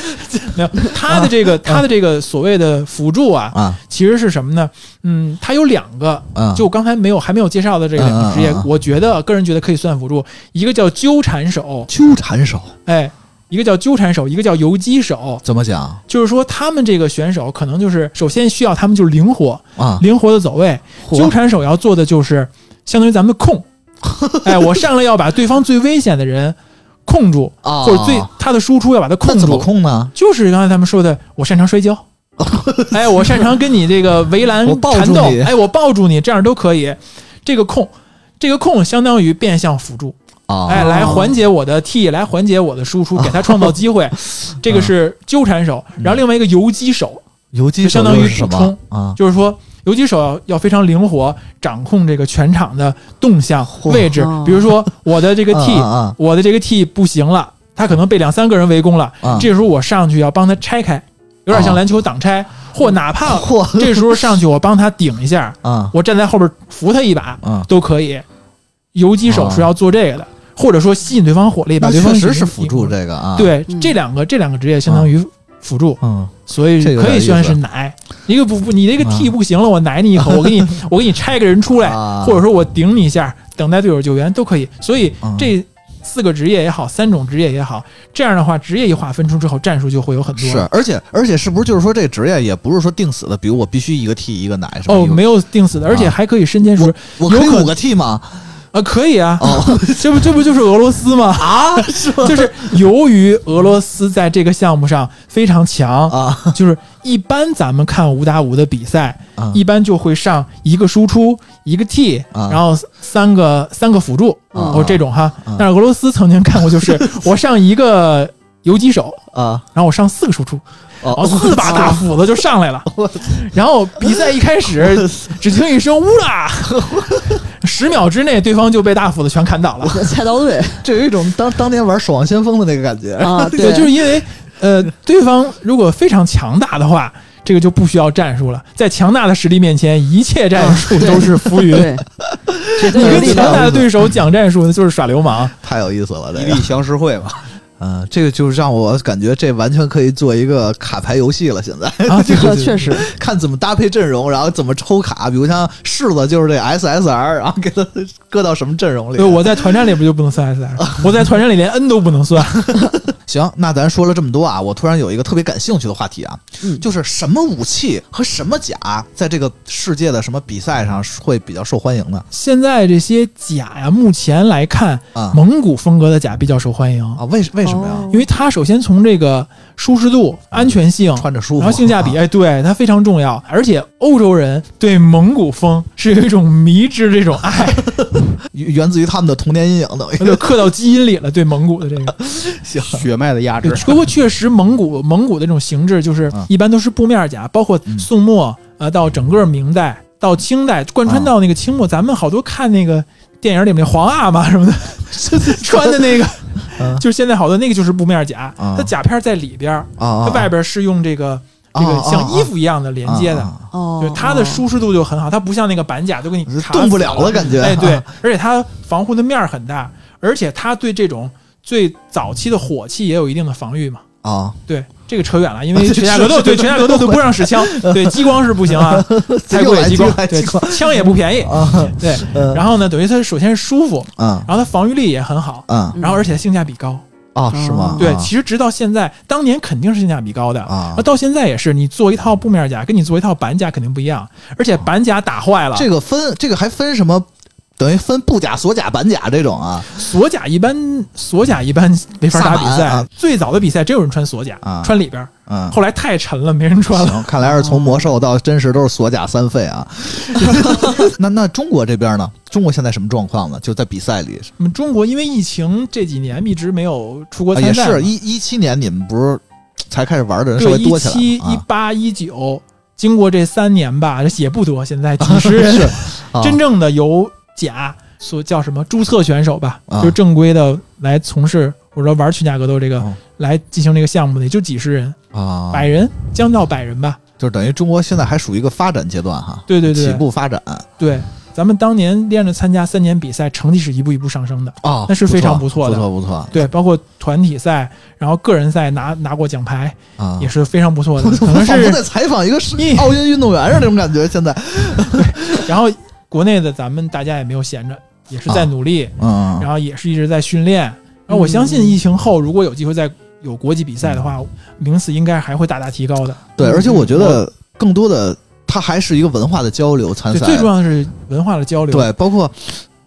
Speaker 6: 没有，他的这个他的这个所谓的辅助啊，
Speaker 5: 啊
Speaker 6: 其实是什么呢？嗯，它有两个，
Speaker 5: 啊！
Speaker 6: 就刚才没有还没有介绍的这个两个职业
Speaker 5: 嗯嗯嗯，嗯
Speaker 6: 我觉得个人觉得可以算辅助，一个叫纠缠手，
Speaker 5: 纠缠手
Speaker 6: 哎，一个叫纠缠手，一个叫游击手。
Speaker 5: 怎么讲
Speaker 6: 就是说，他们这个选手可能就是首先需要他们就是灵活，
Speaker 5: 啊？
Speaker 6: 灵活的走位。
Speaker 5: 嚯
Speaker 6: 纠缠手要做的就是相当于咱们的控， 哎，我上来要把对方最危险的人 控住，
Speaker 5: 啊
Speaker 6: 或者最他的输出要把他控
Speaker 5: 那怎么
Speaker 6: 住。
Speaker 5: 控呢？
Speaker 6: 就是刚才他们说的，我擅长 摔跤，哎，我擅长跟你这个围栏
Speaker 5: 我抱住
Speaker 6: 缠斗
Speaker 5: 你，
Speaker 6: 哎，我抱住你，这样都可以。这个控，这个控相当于变相辅助，
Speaker 5: 啊，
Speaker 6: 哎，来缓解我的 T，来缓解我的输出，给他创造机会。这个是纠缠手，然后另外一个游击手，
Speaker 5: 游击
Speaker 6: 就
Speaker 5: 手
Speaker 6: 相当于
Speaker 5: 又是什
Speaker 6: 补充
Speaker 5: 么啊？
Speaker 6: 就是说游击手要要非常灵活，掌控这个全场的动向位置
Speaker 3: 哦。
Speaker 6: 比如说我 的这个 T，
Speaker 5: 啊啊
Speaker 6: 我的这个 T 不行了，他可能被两三个人围攻了
Speaker 5: 啊，
Speaker 6: 这时候我上去要帮他拆开，有点像
Speaker 5: 啊
Speaker 6: 篮球挡拆，或哪怕
Speaker 5: 嚯
Speaker 6: 这时候上去我帮他顶一下，
Speaker 5: 啊
Speaker 6: 我站在后边扶他一把
Speaker 5: 啊！
Speaker 6: 都可以。游击手是要做这个的，或者说吸引对方火力，把
Speaker 5: 那
Speaker 6: 对
Speaker 5: 确
Speaker 6: 方
Speaker 5: 实
Speaker 6: 引
Speaker 5: 是辅助。这个啊，，
Speaker 6: 对
Speaker 3: 嗯，
Speaker 6: 这两个这两个职业相当于辅助，
Speaker 5: 嗯，
Speaker 6: 所以
Speaker 5: 这有
Speaker 6: 可
Speaker 5: 点
Speaker 6: 以
Speaker 5: 意
Speaker 6: 算
Speaker 5: 思
Speaker 6: 是奶。一个不不，你这个
Speaker 5: 啊
Speaker 6: T 不行了，我奶你一口，我 给你我给你拆个人出来，
Speaker 5: 啊
Speaker 6: 或者说我顶你一下，等待队友救援都可以。所以
Speaker 5: 嗯
Speaker 6: 这四个职业也好，三种职业也好，这样的话，职业一划分出之后，战术就会有很多。
Speaker 5: 是，而且而且是不是就是说这职业也不是说定死的？比如我必须一个 T 一个奶什么
Speaker 6: 哦，
Speaker 5: 一个
Speaker 6: 没有定死的，而且
Speaker 5: 啊
Speaker 6: 还可以身兼数职。
Speaker 5: 我可以
Speaker 6: 有可
Speaker 5: 五个 T 吗？
Speaker 6: 啊，可以啊，
Speaker 5: 哦
Speaker 6: 这不这不就是俄罗斯吗？ 啊，是就是由于俄罗斯在这个项目上非常强，
Speaker 5: 啊
Speaker 6: 就是一般咱们看五打五的比赛，
Speaker 5: 啊
Speaker 6: 一般就会上一个输出，一个 T，、
Speaker 5: 啊
Speaker 6: 然后三个三个辅助，
Speaker 3: 啊
Speaker 6: 哦这种哈。
Speaker 5: 啊
Speaker 6: 但是俄罗斯曾经看过，就是 我上一个游击手，
Speaker 5: 啊！
Speaker 6: 然后我上四个输出，然后
Speaker 5: 哦，
Speaker 6: 四把大斧子就上来了，然后比赛一开始，只听一声“乌啦”，十秒之内对方就被大斧子全砍倒了。
Speaker 3: 菜刀 队
Speaker 5: 这有一种当当年玩《守望先锋》的那个感觉
Speaker 3: 啊，
Speaker 6: 对，就是因为呃，对方如果非常强大的话，这个就不需要战术了。在强大的实力面前，一切战术都是浮云。
Speaker 3: 对，绝对
Speaker 6: 你
Speaker 3: 有
Speaker 6: 跟
Speaker 3: 力
Speaker 6: 强
Speaker 3: 量。
Speaker 6: 大的对手讲战术，那就是耍流氓。
Speaker 5: 太有意思了，
Speaker 4: 一
Speaker 5: 这
Speaker 4: 力
Speaker 5: 个，
Speaker 4: 降十会 吧。
Speaker 5: 嗯，这个就是让我感觉这完全可以做一个卡牌游戏了。现在
Speaker 6: 啊，
Speaker 3: 这
Speaker 6: 对
Speaker 3: 个确。实
Speaker 6: 对对对
Speaker 5: 看怎么搭配阵容，然后怎么抽卡，比如像柿子就是这 SSR，然后给它搁到什么阵容里啊
Speaker 6: 对，。我在团战里不就不能算 SR，我在团战里连 N 都不能算。
Speaker 5: 行，那咱说了这么多啊，我突然有一个特别感兴趣的话题啊，
Speaker 3: 嗯
Speaker 5: 就是什么武器和什么甲在这个世界的什么比赛上会比较受欢迎呢？
Speaker 6: 现在这些甲呀，目前来看，
Speaker 5: 啊
Speaker 6: 蒙古风格的甲比较受欢迎，
Speaker 5: 啊，为为什么呀？
Speaker 3: 哦
Speaker 6: 因为它首先从这个舒适度、安全性、
Speaker 5: 穿着舒服，啊
Speaker 6: 然后性价比，哎，对，它非常重要。而且欧洲人对蒙古风是有一种迷之这种爱，
Speaker 5: 源自于他们的童年阴影，等于
Speaker 6: 就刻到基因里了。对蒙古的这个，
Speaker 4: 血脉的压制
Speaker 6: 对， 不过确实蒙古蒙古的这种形制，就是
Speaker 5: 啊
Speaker 6: 一般都是布面甲，包括
Speaker 5: 嗯
Speaker 6: 宋末呃到整个明代到清代，贯穿
Speaker 5: 啊
Speaker 6: 到那个清末，咱们好多看那个电影里面那皇阿玛什么的 穿的那个
Speaker 5: 啊。
Speaker 6: 就是现在好多那个就是布面甲，
Speaker 5: 啊
Speaker 6: 它甲片在里边儿，
Speaker 5: 啊啊，
Speaker 6: 它外边是用这个这个
Speaker 5: 啊
Speaker 6: 像衣服一样的连接的，
Speaker 5: 啊
Speaker 3: 哦，
Speaker 6: 对它的舒适度就很好，它不像那个板甲就给你
Speaker 5: 啊
Speaker 6: 卡
Speaker 5: 动不
Speaker 6: 死
Speaker 5: 了了，感觉。
Speaker 6: 哎，对
Speaker 5: 啊，
Speaker 6: 而且它防护的面儿很大，而且它对这种最早期的火器也有一定的防御嘛。
Speaker 5: 啊，
Speaker 6: 对，这个扯 远了，因为拳架格斗，对拳架格斗就不让使枪，对激光是不行 啊，太
Speaker 5: 又
Speaker 6: 贵
Speaker 5: 来
Speaker 6: 激光
Speaker 5: 又来，
Speaker 6: 对
Speaker 5: 激光
Speaker 6: 枪也不 便宜，
Speaker 5: 啊，
Speaker 6: 对。
Speaker 5: 嗯
Speaker 6: 然后呢，等于它首先是舒服，
Speaker 5: 嗯
Speaker 6: 然后它防御力也很好，
Speaker 5: 嗯
Speaker 6: 然后而且性价比高。
Speaker 5: 啊，是吗？
Speaker 6: 对，
Speaker 5: 啊
Speaker 6: 其实直到现在，当年肯定是性价比高的
Speaker 5: 啊
Speaker 6: 到现在也是，你做一套布面甲跟你做一套板甲肯定不一样，而且板甲打坏了，
Speaker 5: 啊这个分这个还分什么？等于分布甲、锁甲、板甲这种啊
Speaker 6: 锁甲一般锁甲一般没法打比
Speaker 5: 萨满
Speaker 6: 赛
Speaker 5: 啊。
Speaker 6: 最早的比赛真有人穿锁甲
Speaker 5: 啊，
Speaker 6: 穿里边儿，
Speaker 5: 嗯。
Speaker 6: 后来太沉了，没人穿了。
Speaker 5: 行， 看来是从魔兽到真实都是锁甲三费 啊。那那中国这边呢？中国现在什么状况呢？就在比赛里
Speaker 6: 我们中国因为疫情这几年一直没有出国
Speaker 5: 啊
Speaker 6: 参
Speaker 5: 也
Speaker 6: 赛嘛，
Speaker 5: 是一一七年你们不是才开始玩的人稍
Speaker 6: 对
Speaker 5: 微
Speaker 6: 一
Speaker 5: 多起
Speaker 6: 七、
Speaker 5: 来
Speaker 6: 一
Speaker 5: 了啊
Speaker 6: 八、一九，经过这三年吧，也不多，现在 几十 人
Speaker 5: 是啊，
Speaker 6: 真正的由甲所叫什么注册选手吧，
Speaker 5: 啊
Speaker 6: 就是正规的来从事或者说玩群架格斗这个、
Speaker 5: 哦
Speaker 6: 来进行这个项目的，也就几十人，
Speaker 5: 啊，
Speaker 6: 百人将到百人吧。
Speaker 5: 就是等于中国现在还属于一个发展阶段哈，
Speaker 6: 对对对
Speaker 5: 起步发展啊
Speaker 6: 对，咱们当年练着参加三年比赛，成绩是一步一步上升的。，
Speaker 5: 哦
Speaker 6: 那是非常
Speaker 5: 不
Speaker 6: 不错
Speaker 5: 不
Speaker 6: 的
Speaker 5: 错不错
Speaker 6: 对，包括团体赛，然后个人赛拿拿过奖牌，
Speaker 5: 啊，
Speaker 6: 也是非常不错的。可
Speaker 5: 我
Speaker 6: 能
Speaker 5: 仿佛
Speaker 6: 是
Speaker 5: 在采访一个是
Speaker 6: 你
Speaker 5: 奥运运动员似的那种感觉，现在
Speaker 6: 然后国内的咱们大家也没有闲着，也是在
Speaker 5: 啊
Speaker 6: 努力，
Speaker 5: 嗯
Speaker 6: 然后也是一直在训练。然后我相信疫情后，如果有机会再有国际比赛的话，名次应该还会大大提高的。
Speaker 5: 对，而且我觉得更多的它还是一个文化的交流参
Speaker 6: 对，
Speaker 5: 赛，
Speaker 6: 最重要的是文化的交流。
Speaker 5: 对，包括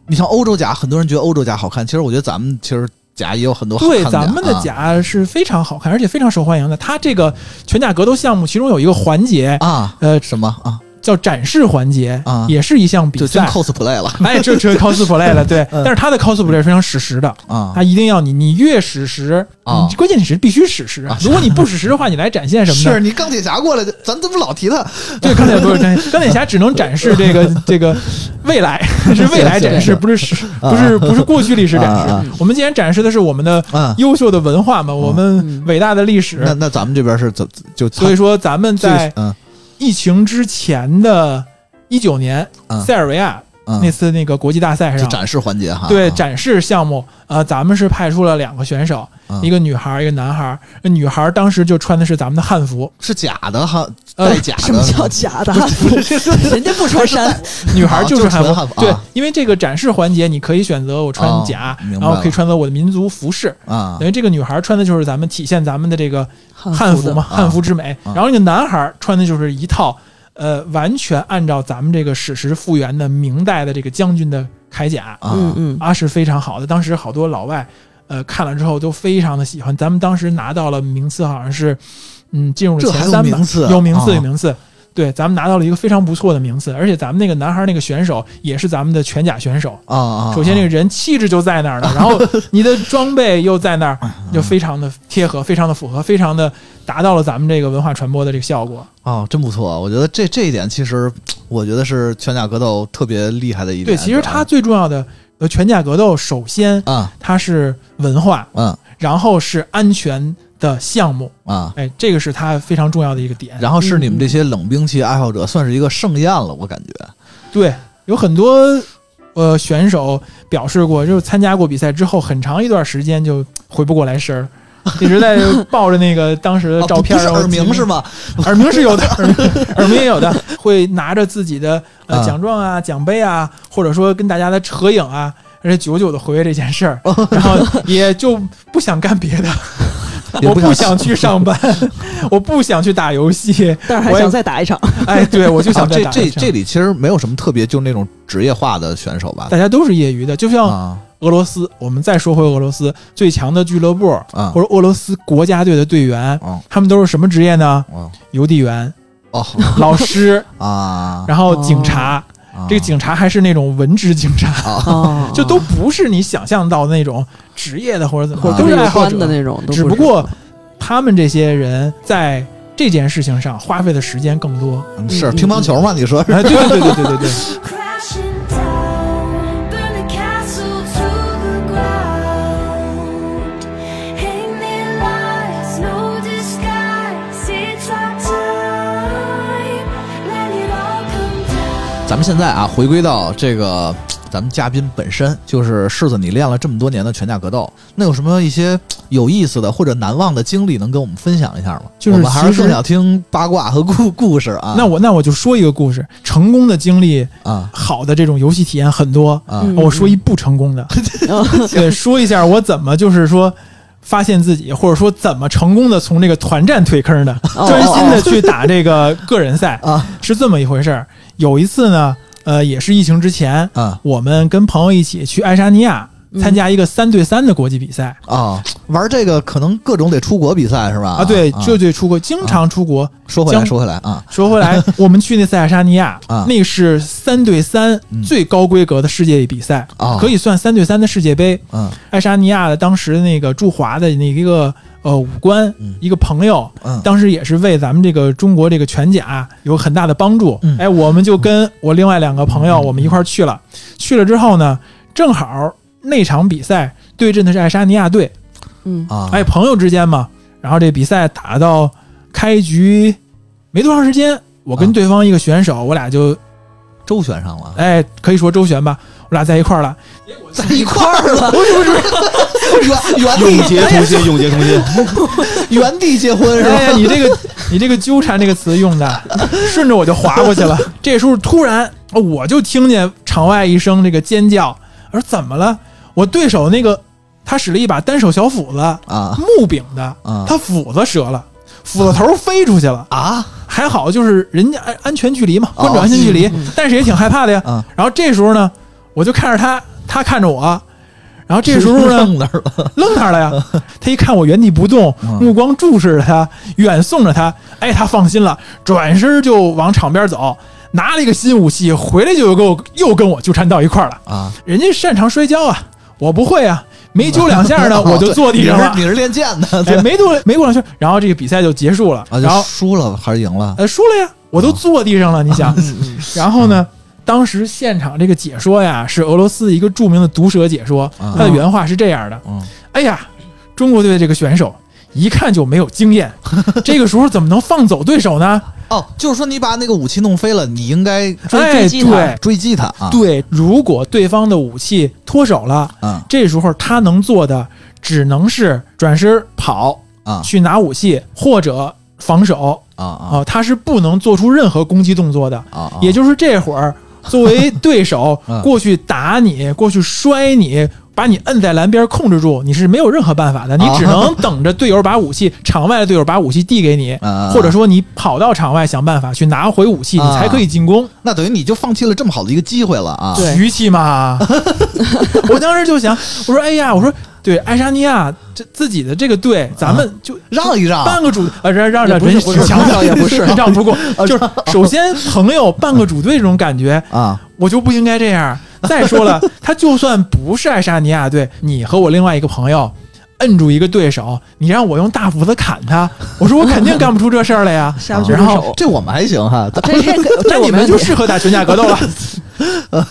Speaker 5: 你像欧洲甲，很多人觉得欧洲甲好看，其实我觉得咱们其实甲也有很多好
Speaker 6: 对，
Speaker 5: 看啊
Speaker 6: 咱们的
Speaker 5: 甲
Speaker 6: 甲是非常好看，而且非常受欢迎的。它这个拳架格斗项目，其中有一个环节
Speaker 5: 啊啊
Speaker 6: 呃
Speaker 5: 什么啊，
Speaker 6: 叫展示环节
Speaker 5: 啊，
Speaker 6: 也是一项比
Speaker 5: 就真
Speaker 6: 赛。
Speaker 5: cosplay 了
Speaker 6: 哎，这这 cosplay 了，对，但是它的 cosplay 是非常史实的，
Speaker 5: 啊
Speaker 6: 它一定要你，你越史实，
Speaker 5: 啊
Speaker 6: 你关键你是必须史实
Speaker 5: 啊。
Speaker 6: 如果你不史实的话，你来展现什么
Speaker 5: 是
Speaker 6: 呢？
Speaker 5: 你钢铁侠过来，咱怎么老提他？
Speaker 6: 对，钢铁不是钢铁钢铁侠只能展示这个这个 未来，是未来展示，
Speaker 5: 是
Speaker 6: 不是史，
Speaker 5: 啊
Speaker 6: 不是不是过去历史展
Speaker 3: 哦
Speaker 5: 啊啊
Speaker 6: 示。我们既然展示的是我们的
Speaker 5: 嗯，
Speaker 6: 优秀的文化嘛，我们伟大的历史，
Speaker 5: 那那咱们这边是怎就
Speaker 6: 所以说咱们
Speaker 5: 最
Speaker 6: 在
Speaker 5: 嗯
Speaker 6: 疫情之前的一九年
Speaker 5: 嗯
Speaker 6: 塞尔维亚那
Speaker 5: 嗯，
Speaker 6: 次那个国际大赛
Speaker 5: 就
Speaker 6: 上。
Speaker 5: 展示环节哈，
Speaker 6: 对
Speaker 5: 啊
Speaker 6: 展示项目，呃，咱们是派出了两个选手，
Speaker 5: 嗯
Speaker 6: 一个女孩儿，一个男孩儿。那女孩儿当时就穿的是咱们的汉服，
Speaker 5: 是假的哈，
Speaker 6: 呃
Speaker 5: 带假的，
Speaker 3: 什么叫假的？ 人家不穿衫，
Speaker 6: 女孩儿就是
Speaker 5: 啊就
Speaker 6: 汉
Speaker 5: 纯
Speaker 6: 服。
Speaker 5: 汉服
Speaker 6: 对
Speaker 5: 啊，
Speaker 6: 因为这个展示环节，你可以选择我穿甲，
Speaker 5: 哦明
Speaker 6: 然
Speaker 5: 白
Speaker 6: 后可以穿择我的民族服饰。
Speaker 5: 啊
Speaker 6: 等于这个女孩儿穿的就是咱们体现咱们的这个汉
Speaker 3: 汉
Speaker 6: 服
Speaker 3: 的
Speaker 6: 嘛，
Speaker 5: 啊
Speaker 6: 汉服之美。
Speaker 5: 啊
Speaker 6: 然后那个男孩儿穿的就是一套，呃，完全按照咱们这个史实复原的明代的这个将军的铠甲
Speaker 5: 啊
Speaker 3: 嗯嗯，
Speaker 6: 啊，是非常好的。当时好多老外，呃，看了之后都非常的喜欢。咱们当时拿到了名次，好像是，嗯，进入了
Speaker 5: 这还
Speaker 6: 前
Speaker 5: 有
Speaker 6: 三吧，
Speaker 5: 名次啊
Speaker 6: 有名次，
Speaker 5: 啊
Speaker 6: 有名次。对，咱们拿到了一个非常不错的名次，而且咱们那个男孩那个选手也是咱们的拳甲选手。
Speaker 5: 啊啊，
Speaker 6: 首先，这个人气质就在那儿了，然后你的装备又在那儿，
Speaker 5: 嗯
Speaker 6: 就非常的贴合，非常的符合，非常的达到了咱们这个文化传播的这个效果。
Speaker 5: 哦，真不错，我觉得这这一点其实，我觉得是拳脚格斗特别厉害的一点。啊
Speaker 6: 对，其实它
Speaker 5: 是
Speaker 6: 最重要的，呃，拳架格斗首先
Speaker 5: 吧啊
Speaker 6: 它是文化，
Speaker 5: 嗯
Speaker 6: 然后是安全的项目，
Speaker 5: 啊，
Speaker 6: 哎，这个是它非常重要的一个点。
Speaker 5: 然后是你们这些冷兵器爱好者算是一个盛宴了，我感觉
Speaker 6: 对，有很多呃选手表示过，就是参加过比赛之后，很长一段时间就回不过来神儿。一直在抱着那个当时的
Speaker 5: 哦
Speaker 6: 呃照片，
Speaker 5: 不是
Speaker 6: 然后
Speaker 5: 耳鸣是吗？
Speaker 6: 耳鸣是有的，耳鸣耳鸣也有的， 会拿着自己的呃
Speaker 5: 啊
Speaker 6: 奖状啊、奖杯啊，或者说跟大家的合影啊，而且久久的回味这件事儿，
Speaker 5: 哦
Speaker 6: 然后也就不想干别的。
Speaker 5: 也
Speaker 6: 我
Speaker 5: 不
Speaker 6: 不
Speaker 5: 想
Speaker 6: 想去 上班，我不想去打游戏，
Speaker 3: 但是还
Speaker 6: 我也
Speaker 3: 想再打一场。
Speaker 6: 哎，对我就
Speaker 5: 啊
Speaker 6: 想再
Speaker 5: 这
Speaker 6: 打一
Speaker 5: 这
Speaker 6: 场
Speaker 5: 这里其实没有什么特别，就是那种职业化的选手吧
Speaker 6: 大。家都是业余的，就像
Speaker 5: 啊
Speaker 6: 俄罗斯，我们再说回俄罗斯最强的俱乐部
Speaker 5: 啊
Speaker 6: 或者俄罗斯国家队的队员，
Speaker 5: 哦
Speaker 6: 他们都是什么职业呢？
Speaker 5: 哦
Speaker 6: 邮递 员、
Speaker 5: 哦
Speaker 6: 老师，
Speaker 5: 啊！
Speaker 6: 然后警察。这个警察还是那种文职警察，
Speaker 5: 啊
Speaker 3: 哦
Speaker 6: 就都不是你想象到的那种职业的或者怎
Speaker 3: 哦
Speaker 6: 么，
Speaker 5: 或者
Speaker 6: 都是爱好
Speaker 3: 关
Speaker 6: 者
Speaker 3: 的那种，都
Speaker 6: 只
Speaker 3: 不
Speaker 6: 不
Speaker 3: 是
Speaker 6: 过他们这些人在这件事情上花费的时间更多。
Speaker 5: 嗯是乒乓球嘛？你说是
Speaker 6: 哎，对对对对对对，
Speaker 7: crashing down, burn the castle to the ground. Hang their lies, no disguise. It's our time, let it all come down.
Speaker 5: 咱们现在啊，回归到这个咱们嘉宾本身就是柿子，你练了这么多年的拳架格斗，那有什么一些嘖有意思的或者难忘的经历能跟我们分享一下吗？
Speaker 6: 就是
Speaker 5: 我们还
Speaker 6: 其
Speaker 5: 是
Speaker 6: 实
Speaker 5: 更想听八卦和故故事啊。
Speaker 6: 那我那我就说一个故事，成功的经历，
Speaker 5: 啊
Speaker 6: 好的这种游戏体验很多。哦
Speaker 5: 啊
Speaker 3: 嗯
Speaker 6: 我说一不成功的， 对，说一下我怎么就是说。发现自己，或者说怎么成功的从这个团战退坑的，
Speaker 3: 哦
Speaker 6: 专心的去打这个个人赛，
Speaker 5: 啊
Speaker 6: 是这么一回事儿。有一次呢，呃，也是疫情之前，
Speaker 5: 啊嗯
Speaker 6: 我们跟朋友一起去爱沙尼亚参加一个三对三的国际比赛，
Speaker 5: 啊！玩这个可能各种得出国比赛是吧？
Speaker 6: 啊，对，就对出国，
Speaker 5: 啊
Speaker 6: 经常出国。
Speaker 5: 说回来
Speaker 6: 将
Speaker 5: 说回来啊
Speaker 6: 说 回来，我们去那塞尔沙尼亚
Speaker 5: 啊，
Speaker 6: 那是三对三
Speaker 5: 嗯
Speaker 6: 最高规格的世界比赛
Speaker 5: 啊，
Speaker 6: 可以算三对三的世界杯。
Speaker 5: 嗯
Speaker 6: 爱沙尼亚的当时的那个驻华的那一个呃武官
Speaker 5: 嗯，
Speaker 6: 一个朋友，
Speaker 5: 嗯
Speaker 6: 当时也是为咱们这个中国这个拳甲有很大的帮助
Speaker 5: 嗯。
Speaker 6: 哎，我们就跟我另外两个朋友，我们一块儿去了。去了之后呢，正好那场比赛对阵的是爱沙尼亚队，
Speaker 3: 嗯
Speaker 5: 啊
Speaker 6: 哎，朋友之间嘛，然后这比赛打到开局没多长时间，我
Speaker 5: 啊
Speaker 6: 跟对方一个选手，我俩就
Speaker 5: 周旋上了
Speaker 6: 哎，可以说周旋吧，我俩在一块儿了。
Speaker 3: 在一块儿了，
Speaker 5: 原原
Speaker 4: 永
Speaker 5: 地哎
Speaker 4: 结同心，永结同心。
Speaker 5: 原地结婚是吧？
Speaker 6: 哎呀，你这个你这个纠缠这个词用的，顺着我就滑过去了。这时候突然哦我就听见场外一声这个尖叫，我说怎么了？我对手那个他使了一把单手小斧子，
Speaker 5: 啊
Speaker 6: 木柄的
Speaker 5: 啊，
Speaker 6: 哎他斧子折了，斧子头飞出去了。
Speaker 5: 啊
Speaker 6: 还好就是人家安安全距离嘛，
Speaker 5: 哦
Speaker 6: 关注安全距离，但是也挺害怕的呀。
Speaker 5: 啊！
Speaker 6: 然后这时候呢，我就看着他，他看着我，然后这时候 呢
Speaker 5: 愣那儿了
Speaker 6: 愣那儿 了呀。他一看我原地不动，
Speaker 5: 嗯
Speaker 6: 目光注视着他，远送着他，哎，他放心了，转身就往场边走，拿了一个新武器回来就又跟我又跟我纠缠到一块儿了。
Speaker 5: 啊！
Speaker 6: 人家擅长摔跤啊，我不会啊，没揪两下呢
Speaker 5: 哦
Speaker 6: 我就坐地上了
Speaker 5: 你。是你是练剑的，
Speaker 6: 哎
Speaker 5: 对，
Speaker 6: 没多没过两圈，然后这个比赛就结束了。
Speaker 5: 啊，
Speaker 6: 然
Speaker 5: 就
Speaker 6: 后
Speaker 5: 输了哦还是赢了？
Speaker 6: 呃，输了呀，我都坐地上了，你
Speaker 5: 嗯
Speaker 6: 想。然后呢，当时现场这个解说呀，是俄罗斯一个著名的毒舌解说，
Speaker 5: 啊
Speaker 6: 他的原话是这样的
Speaker 5: 嗯：“
Speaker 6: 哎呀，中国队的这个选手一看就没有 经验，这个时候怎么能放走对手呢？
Speaker 5: 哦，就是说你把那个武器弄飞了，你应该追
Speaker 6: 哎，
Speaker 3: 击他
Speaker 6: 对
Speaker 5: 追击他啊！
Speaker 6: 对，如果对方的武器脱手了，
Speaker 5: 啊
Speaker 6: 这时候他能做的只能是转身跑
Speaker 5: 啊
Speaker 6: 去拿武器或者防守
Speaker 5: 啊啊
Speaker 6: 啊，他是不能做出任何攻击动作的。”
Speaker 5: 啊！
Speaker 6: 也就是这会儿，作为对手
Speaker 5: 嗯
Speaker 6: 过去打你、过去摔你、把你摁在栏边控制住，你是没有任何办法的，你
Speaker 5: 啊
Speaker 6: 只能等着队友把武器，场外的队友把武器递给你，
Speaker 5: 啊
Speaker 6: 或者说你跑到场外想办法去拿回武器，你
Speaker 5: 啊
Speaker 6: 才可以进攻。
Speaker 5: 那等于你就放弃了这么好的一个机会了啊！
Speaker 3: 对
Speaker 6: 局气嘛！我当时就想，我说哎呀，我说对爱沙尼亚这自己的这个队，咱们就
Speaker 5: 让一让
Speaker 6: 半个主呃让让
Speaker 3: 也
Speaker 6: 让
Speaker 3: 不是
Speaker 6: 人
Speaker 3: 不
Speaker 6: 挺
Speaker 3: 是
Speaker 6: 强的，
Speaker 3: 也不是
Speaker 6: 让不过，就是首先朋友半个主队这种感觉，
Speaker 5: 啊
Speaker 6: 我就不应该这样。再说了，他就算不是爱沙尼亚队，你和我另外一个朋友摁住一个对手，你让我用大斧子砍他，我说我肯定干不出这事儿来呀。
Speaker 3: 下不去
Speaker 6: 然后
Speaker 3: 手。
Speaker 5: 这我们还行哈，
Speaker 3: 这这个
Speaker 6: 那
Speaker 3: 这我
Speaker 6: 你们
Speaker 3: 们
Speaker 6: 就适合打拳架格斗了。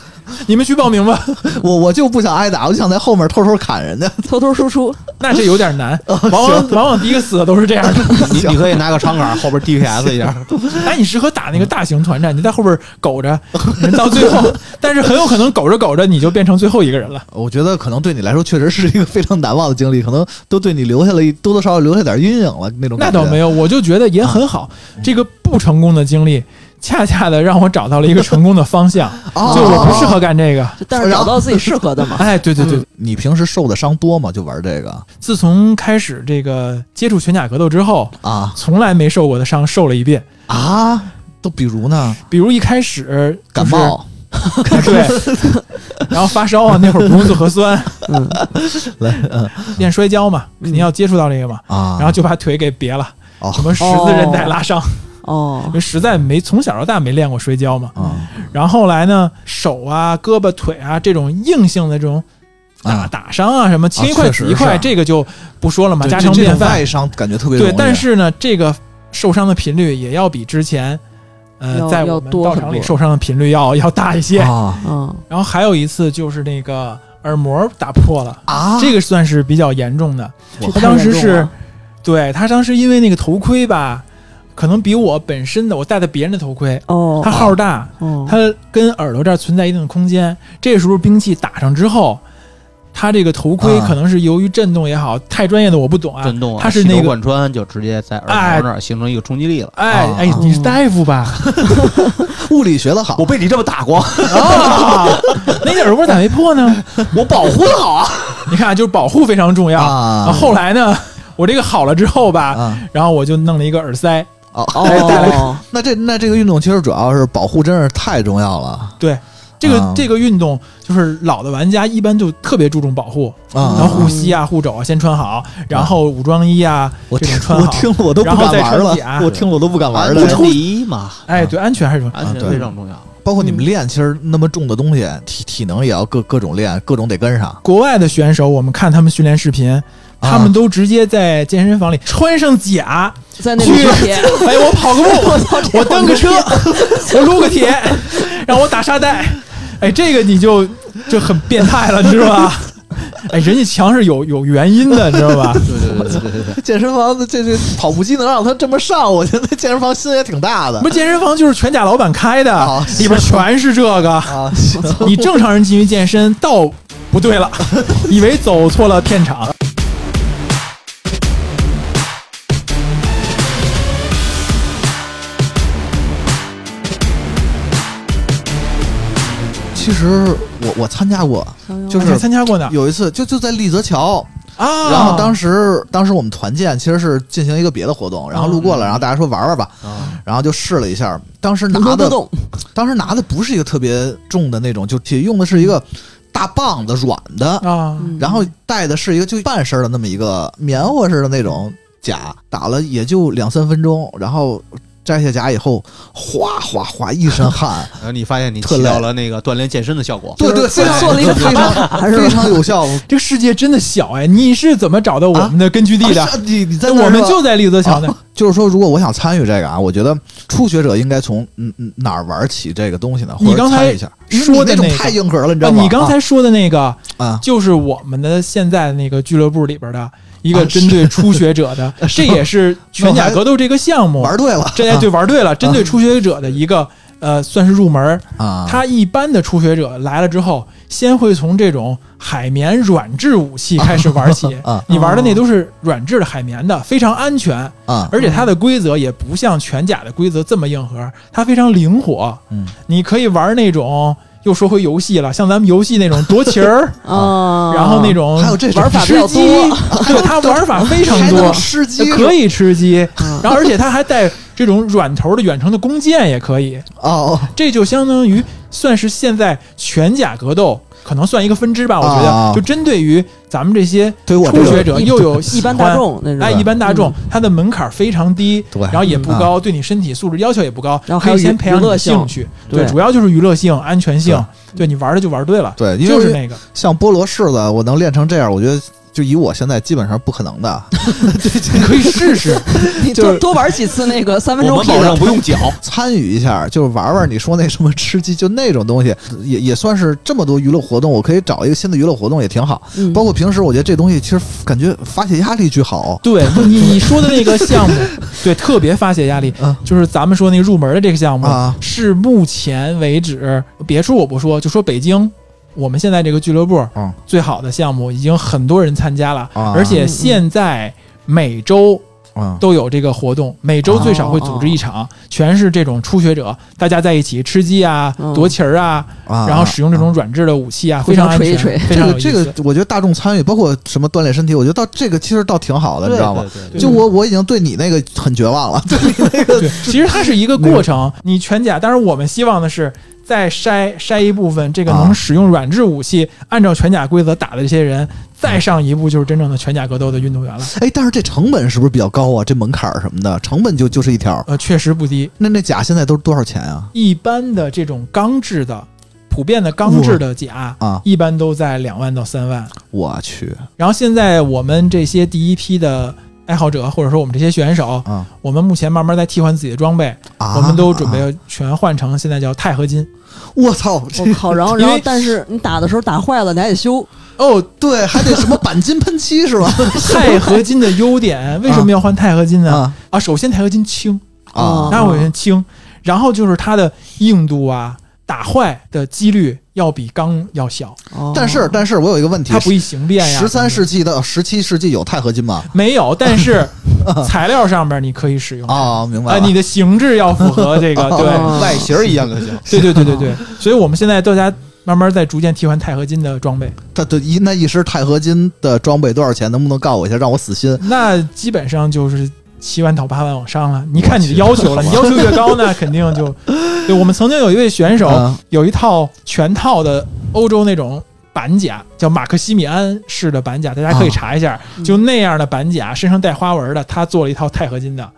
Speaker 6: 你们去报名吧，
Speaker 5: 我我就不想挨打，我就想在后面偷偷砍人家。
Speaker 3: 偷偷输出，
Speaker 6: 那这有点难，往往往往第一个死的都是这样 的。
Speaker 4: 你你可以拿个长杆后边 DPS 一下，
Speaker 6: 哎，你适合打那个大型团战，你在后边苟着，人到最后，但是很有可能苟着苟着你就变成最后一个人了。
Speaker 5: 我觉得可能对你来说确实是一个非常难忘的经历，可能都对你留下了一多多少少留下点阴影了那种
Speaker 6: 那
Speaker 5: 感觉。啊
Speaker 6: 倒没
Speaker 5: 有
Speaker 6: 有，我就觉得也很好。这个不成功的经历，恰恰的让我找到了一个成功的方向，
Speaker 5: 哦
Speaker 6: 就我不适合干这个。
Speaker 3: 但是找到自己适合的 嘛。
Speaker 6: 哎，对对对，
Speaker 5: 嗯你平时受的伤多吗？就玩这个
Speaker 6: 自从开始这个接触拳甲格斗之后，
Speaker 5: 啊
Speaker 6: 从来没受过的伤受了一遍。
Speaker 5: 啊！都比如呢，
Speaker 6: 比如一开始、就
Speaker 5: 感
Speaker 6: 是， 啊
Speaker 5: 冒
Speaker 6: 对， 然后发烧啊，那会儿不用做核酸，练摔跤嘛，肯定要接触到这个嘛，
Speaker 5: 嗯啊，
Speaker 6: 然后就把腿给别了，
Speaker 5: 哦
Speaker 6: 什么十字韧带拉伤，
Speaker 3: 哦
Speaker 6: 因，为实在没从小到大没练过摔跤嘛，
Speaker 5: 啊
Speaker 6: 然后后来呢，手啊、胳膊、腿啊这种硬性的这种打、
Speaker 5: 啊
Speaker 6: 打伤啊，什么青一块
Speaker 5: 确实
Speaker 6: 紫一块，
Speaker 5: 是
Speaker 6: 这个就不说了嘛，
Speaker 5: 对
Speaker 6: 家
Speaker 5: 这
Speaker 6: 常
Speaker 5: 这
Speaker 6: 便
Speaker 5: 种
Speaker 6: 饭
Speaker 5: 外。伤感觉特别容
Speaker 6: 对
Speaker 5: 易，啊
Speaker 6: 但是呢，这个受伤的频率也要比之前，呃，
Speaker 3: 要
Speaker 6: 在我
Speaker 3: 要
Speaker 6: 们
Speaker 3: 多
Speaker 6: 道
Speaker 3: 很
Speaker 6: 场里
Speaker 3: 多
Speaker 6: 受伤的频率要要大一些。
Speaker 5: 啊
Speaker 3: 嗯，
Speaker 6: 然后还有一次就是那个耳膜打破了，
Speaker 5: 啊，
Speaker 6: 这个算是比较严重的。
Speaker 3: 这
Speaker 6: 他
Speaker 3: 太
Speaker 6: 当时
Speaker 3: 严重
Speaker 6: 是
Speaker 3: 了，
Speaker 6: 对他当时因为那个头盔吧，可能比我本身的我戴的别人的头盔，
Speaker 3: 哦，
Speaker 6: 它号儿大，
Speaker 3: 哦，
Speaker 6: 它跟耳朵这儿存在一定的空间。这时候兵器打上之后，它这个头盔
Speaker 5: 啊
Speaker 6: 可能是由于震动也好，太专业的我不懂啊。
Speaker 4: 震动啊，
Speaker 6: 它是
Speaker 4: 气
Speaker 6: 那
Speaker 4: 流
Speaker 6: 个，
Speaker 4: 贯穿就直接在耳
Speaker 6: 哎
Speaker 4: 膜那儿形成一个冲击力了。
Speaker 6: 哎
Speaker 5: 啊
Speaker 6: 哎，你是大 夫吧？
Speaker 5: 物理学的好，
Speaker 4: 我被你这么打过，
Speaker 6: 啊， 那你耳蜗咋没破呢？
Speaker 4: 我保护的好啊！
Speaker 6: 你看，就是保护非常重要。
Speaker 5: 啊
Speaker 6: 后来呢，我这个好了之后吧，
Speaker 5: 啊
Speaker 6: 然后我就弄了一个耳塞，
Speaker 5: 哦，
Speaker 3: 哦，
Speaker 5: 那这那这个运动其实主要是保护，真是太重要了
Speaker 6: 对。这个、
Speaker 5: 啊
Speaker 6: 这个运动就是老的玩家一般就特别注重保护，
Speaker 5: 啊！
Speaker 6: 然后护膝啊、护肘啊先穿好，然后武装衣啊
Speaker 5: 我
Speaker 6: 这
Speaker 5: 听
Speaker 6: 种穿
Speaker 5: 我
Speaker 6: 好。
Speaker 5: 听了我都不
Speaker 6: 然后
Speaker 5: 敢
Speaker 6: 再
Speaker 5: 玩
Speaker 6: 穿啊
Speaker 5: 了
Speaker 6: 甲，
Speaker 5: 我啊听了我都不敢玩
Speaker 4: 安
Speaker 5: 了。
Speaker 4: 全第一嘛，
Speaker 6: 哎，对，安全还是什么？
Speaker 4: 安
Speaker 5: 对
Speaker 4: 全非常重要。
Speaker 5: 包括你们练，其实那么重的东西，体体能也要各各种练，各种得跟上。
Speaker 6: 国外的选手，我们看他们训练视频，
Speaker 3: 啊
Speaker 6: 他们都直接在健身房里穿上 甲，
Speaker 3: 在那里贴，
Speaker 6: 哎，我跑个
Speaker 3: 我
Speaker 6: 步，
Speaker 3: 操，这
Speaker 6: 我蹬个车，我撸个铁，然后我打沙袋，哎，这个你就就很变态了，你知道吧？ 哎，人家强是有有原因的，你知道吧？
Speaker 4: 对对对对对对，
Speaker 5: 健身房的这这跑步机能让他这么上，我觉得健身房心也挺大的
Speaker 6: 不是健身房就是全甲老板开的
Speaker 5: 啊，
Speaker 6: 里边全是这个。
Speaker 5: 啊。行
Speaker 6: 你正常人进去健身，到不对了，以为走错了片场。
Speaker 5: 其实我我参加过，就
Speaker 6: 我还
Speaker 5: 是
Speaker 6: 哦参加过呢
Speaker 5: 有一次就就在立泽桥，
Speaker 6: 啊，
Speaker 5: 然后当时当时我们团建其实是进行一个别的活动，然后路
Speaker 6: 嗯
Speaker 5: 过了，然后大家说玩玩吧，然后就试了一下，当时拿
Speaker 3: 挪不
Speaker 5: 的
Speaker 3: 动，
Speaker 5: 当时拿的不是一个特别重的那种，就其实用的是一个大棒子软的，
Speaker 6: 啊，
Speaker 3: 嗯
Speaker 5: 然后戴的是一个就半身的那么一个棉花似的那种甲，打了也就两三分钟，然后摘下甲以后，哗哗哗一身汗，
Speaker 4: 然后你发现你
Speaker 5: 特
Speaker 4: 起到
Speaker 5: 累
Speaker 4: 了那个锻炼健身的效 果。
Speaker 5: 对对，非常
Speaker 3: 做了一个
Speaker 5: 非
Speaker 3: 卡巴
Speaker 5: 常
Speaker 3: 是吧
Speaker 5: 非常有 效。
Speaker 6: 这个世界真的小哎！你是怎么找到我们的根据地的？
Speaker 5: 啊是你你在那儿
Speaker 6: 我们
Speaker 5: 是吧
Speaker 6: 就在立泽桥 那儿。
Speaker 5: 啊就是说，如果我想参与这个啊，我觉得初学者应该从嗯嗯哪儿玩起这个东西呢？或
Speaker 6: 你
Speaker 5: 者
Speaker 6: 刚才
Speaker 5: 参与一下，
Speaker 6: 说的
Speaker 5: 你那种
Speaker 6: 那个
Speaker 5: 太硬核了，你知
Speaker 6: 啊
Speaker 5: 道吗？
Speaker 6: 你刚才说的那个，
Speaker 5: 啊，
Speaker 6: 就是我们的现在那个俱乐部里边的一
Speaker 5: 啊
Speaker 6: 个针对初学者的， 这也是全甲格斗这个项目，
Speaker 5: 玩对啊了，
Speaker 6: 这哎对玩对了，针对初学者的一个呃，算是入门儿。
Speaker 5: 啊，
Speaker 6: 他一般的初学者来了之后，先会从这种海绵软质武器开始玩起。
Speaker 5: 啊
Speaker 6: 你玩的那都是软质的海绵的，非常安全，
Speaker 5: 啊
Speaker 6: 而且它的规则也不像全甲的规则这么硬核，它非常灵活。
Speaker 5: 嗯，
Speaker 6: 你可以玩那种，又说回游戏了，像咱们游戏那种夺旗儿，
Speaker 3: 啊，
Speaker 6: 然后那种
Speaker 5: 还有这种
Speaker 3: 玩法比较
Speaker 6: 吃
Speaker 3: 多
Speaker 6: 鸡， 对它玩法非常
Speaker 5: 还
Speaker 6: 多
Speaker 5: 能，吃鸡
Speaker 6: 可以吃鸡，
Speaker 3: 嗯
Speaker 6: 然后而且它还带这种软头的远程的弓箭也可以。
Speaker 5: 哦，
Speaker 6: 这就相当于算是现在全甲格斗可能算一个分支吧，我觉
Speaker 5: 啊
Speaker 6: 得就针对于咱们这些
Speaker 5: 对我这个
Speaker 6: 初学者又有
Speaker 3: 一
Speaker 6: 喜
Speaker 3: 般
Speaker 6: 欢
Speaker 3: 大。众那种，
Speaker 6: 哎，一般大众，它的门槛非常低，
Speaker 5: 对
Speaker 6: 然后也不高，对你身体素质要求也不高，
Speaker 3: 然后还有
Speaker 6: 可以
Speaker 3: 娱
Speaker 6: 先培养你
Speaker 3: 娱乐
Speaker 6: 的
Speaker 3: 性
Speaker 6: 兴趣，对，
Speaker 3: 对
Speaker 6: 主要就是娱乐性、安全性，对你玩的就玩对了，
Speaker 5: 对，因为
Speaker 6: 就是那个，
Speaker 5: 像菠萝柿子，我能练成这样，我觉得就以我现在基本上不可能 的。
Speaker 6: 你可以试试，
Speaker 3: 你多多玩几次那个三分
Speaker 4: 我
Speaker 3: 钟 P
Speaker 4: 们保证
Speaker 3: 的，
Speaker 4: 不用脚，
Speaker 5: 参与一下，就是玩玩你说那什么吃鸡，就那种东西，也也算是这么多娱乐活动，我可以找一个新的娱乐活动也挺好。
Speaker 3: 嗯
Speaker 5: 包括平时，我觉得这东西其实感觉发泄压力巨好。
Speaker 6: 对你你说的那个项目，对，特别发泄压力
Speaker 5: 嗯，
Speaker 6: 就是咱们说那个入门的这个项目
Speaker 5: 啊，
Speaker 6: 是目前为止，别处我不说，就说北京。我们现在这个俱乐部
Speaker 5: 嗯
Speaker 6: 最好的项目已经很多人参加了，
Speaker 5: 啊
Speaker 6: 而且现在每周
Speaker 5: 嗯
Speaker 6: 都有这个活动，每周最少会组织一
Speaker 3: 哦
Speaker 6: 场，全是这种初学者，大家在一起吃鸡啊、
Speaker 3: 嗯
Speaker 6: 夺旗儿啊，
Speaker 5: 啊，
Speaker 6: 然后使用这种软质的武器啊，非常安
Speaker 3: 互
Speaker 6: 全，
Speaker 3: 相锤一锤
Speaker 6: 非
Speaker 5: 这
Speaker 6: 常
Speaker 5: 个
Speaker 6: 有意
Speaker 5: 这
Speaker 6: 思
Speaker 5: 个。，我觉得大众参与，包括什么锻炼身体，我觉得到这个其实倒挺好的，你知道吗？
Speaker 4: 对？对对
Speaker 6: 对
Speaker 5: 就我我已经对你那个很绝望了， 对你那个
Speaker 6: 对，其实它是一个过程。你全甲，当然我们希望的是再筛筛一部分这个能
Speaker 5: 啊
Speaker 6: 使用软质武器、按照全甲规则打的这些人，再上一步就是真正的全甲格斗的运动员了。
Speaker 5: 哎，但是这成本是不是比较高啊？这门槛儿什么的，成本就就是一条。
Speaker 6: 呃，确实不低。
Speaker 5: 那那甲现在都多少钱啊？
Speaker 6: 一般的这种钢制的、普遍的钢制的甲，
Speaker 5: 啊，
Speaker 6: 一般都在两万到三万。
Speaker 5: 我去
Speaker 6: 然后现在我们这些第一批的爱好者，或者说我们这些选手，
Speaker 5: 啊
Speaker 6: 我们目前慢慢在替换自己的装备，
Speaker 5: 啊！
Speaker 6: 我们都准备全换成现在叫钛合金。
Speaker 5: 我操！
Speaker 3: 我靠，然后
Speaker 6: 因为
Speaker 3: 然后但是你打的时候打坏了，你还得修，
Speaker 6: 哦，
Speaker 5: 对，还得什么钣金喷漆是吧？
Speaker 6: 钛合金的优点，为什么要换钛合金呢？
Speaker 5: 啊
Speaker 6: 啊，首先钛合金轻，
Speaker 5: 啊
Speaker 6: 那会更轻。然后就是它的硬度啊，打坏的几率要比钢要小，
Speaker 3: 哦
Speaker 5: 但是，但是我有一个问题，
Speaker 6: 它不易形变呀。
Speaker 5: 十三世纪到十七世纪有钛合金吗？
Speaker 6: 没有，但是材料上面你可以使用啊、
Speaker 5: 啊，明白了。
Speaker 6: 你的形制要符合这个， 对
Speaker 3: 哦
Speaker 4: 外形儿一样就行。
Speaker 6: 对对对对对。所以我们现在大家慢慢在逐渐替换钛合金的装备，
Speaker 5: 它的一那一身钛合金的装备多少钱？能不能告我一下，让我死心？
Speaker 6: 那基本上就是。七万到八万往上了，你看你的 要求了，你要求越高，那肯定就，对我们曾经有一位选手，
Speaker 5: 啊
Speaker 6: 有一套全套的欧洲那种板甲，叫马克西米安式的板甲，
Speaker 5: 嗯
Speaker 6: 大家可以查一下。
Speaker 3: 嗯
Speaker 6: 就那样的板甲，身上带花纹的，他做了一套钛合金的，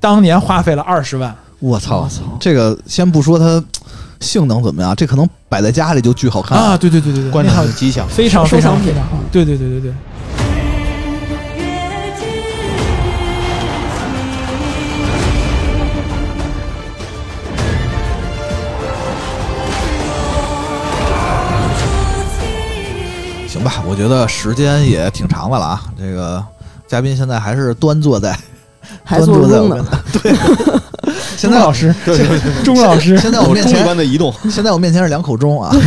Speaker 6: 当年花费了二十万。
Speaker 5: 我操！这个先不说它性能怎么样，这可能摆在家里就巨好看
Speaker 6: 啊，对对对对对，
Speaker 4: 观
Speaker 6: 那
Speaker 4: 察
Speaker 6: 套
Speaker 4: 很吉祥，
Speaker 6: 非常
Speaker 3: 收
Speaker 6: 非常
Speaker 3: 藏品嗯
Speaker 6: 非常好。对对对对对，
Speaker 5: 行吧？我觉得时间也挺长的了啊。这个嘉宾现在还是端坐在
Speaker 6: 嗯
Speaker 3: 还做
Speaker 5: 端坐在
Speaker 3: 钟
Speaker 5: 我
Speaker 3: 呢，
Speaker 5: 现在老师，
Speaker 4: 对对对，
Speaker 6: 钟老师，
Speaker 5: 现在我面
Speaker 4: 钟一
Speaker 5: 前
Speaker 4: 般的移动，
Speaker 5: 现在我面前是两口钟啊。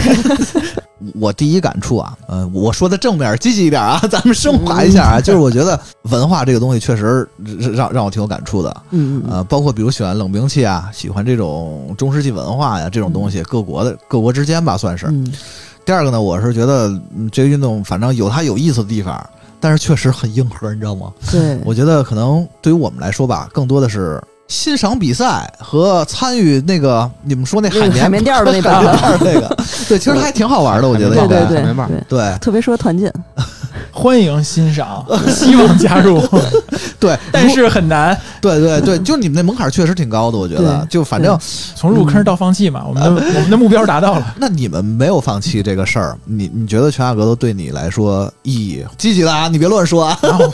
Speaker 5: 我第一感触啊，呃，我说的正面积极一点啊， 咱们升华一下
Speaker 3: 嗯
Speaker 5: 啊，就是我觉得文化这个东西确实让让我挺有感触的，
Speaker 3: 嗯嗯
Speaker 6: 啊
Speaker 5: 呃，包括比如喜欢冷兵器啊，喜欢这种中世纪文化呀、这种东西，各国的各国之间吧，算是。
Speaker 3: 嗯，
Speaker 5: 第二个呢，我是觉得嗯这个运动反正有它有意思的地方，但是确实很硬核，你知道吗？
Speaker 3: 对，
Speaker 5: 我觉得可能对于我们来说吧，更多的是欣赏比赛和参与那个你们说那海
Speaker 3: 那
Speaker 5: 绵
Speaker 3: 个海绵垫儿的 那
Speaker 5: 海
Speaker 3: 版
Speaker 5: 绵垫儿
Speaker 6: 啊
Speaker 5: 那个，对，其实还挺好玩的，我觉得
Speaker 3: 对
Speaker 5: 应该
Speaker 3: 对
Speaker 4: 海
Speaker 3: 对
Speaker 4: 绵棒
Speaker 3: 对，
Speaker 5: 对
Speaker 3: 特别适合团建。
Speaker 6: 欢迎 欣赏，希望加入，
Speaker 5: 对，
Speaker 6: 但
Speaker 5: 如
Speaker 6: 是很难，
Speaker 5: 对对对，就是你们那门槛确实挺高的，我觉得
Speaker 3: 对
Speaker 5: 就反正
Speaker 6: 从入坑到放弃嘛，我们的
Speaker 5: 嗯
Speaker 6: 我们的目标达到 了。
Speaker 5: 那你们没有放弃这个事儿，你你觉得全亚格斗对你来说意义积极的啊？你别乱说啊，
Speaker 6: 然后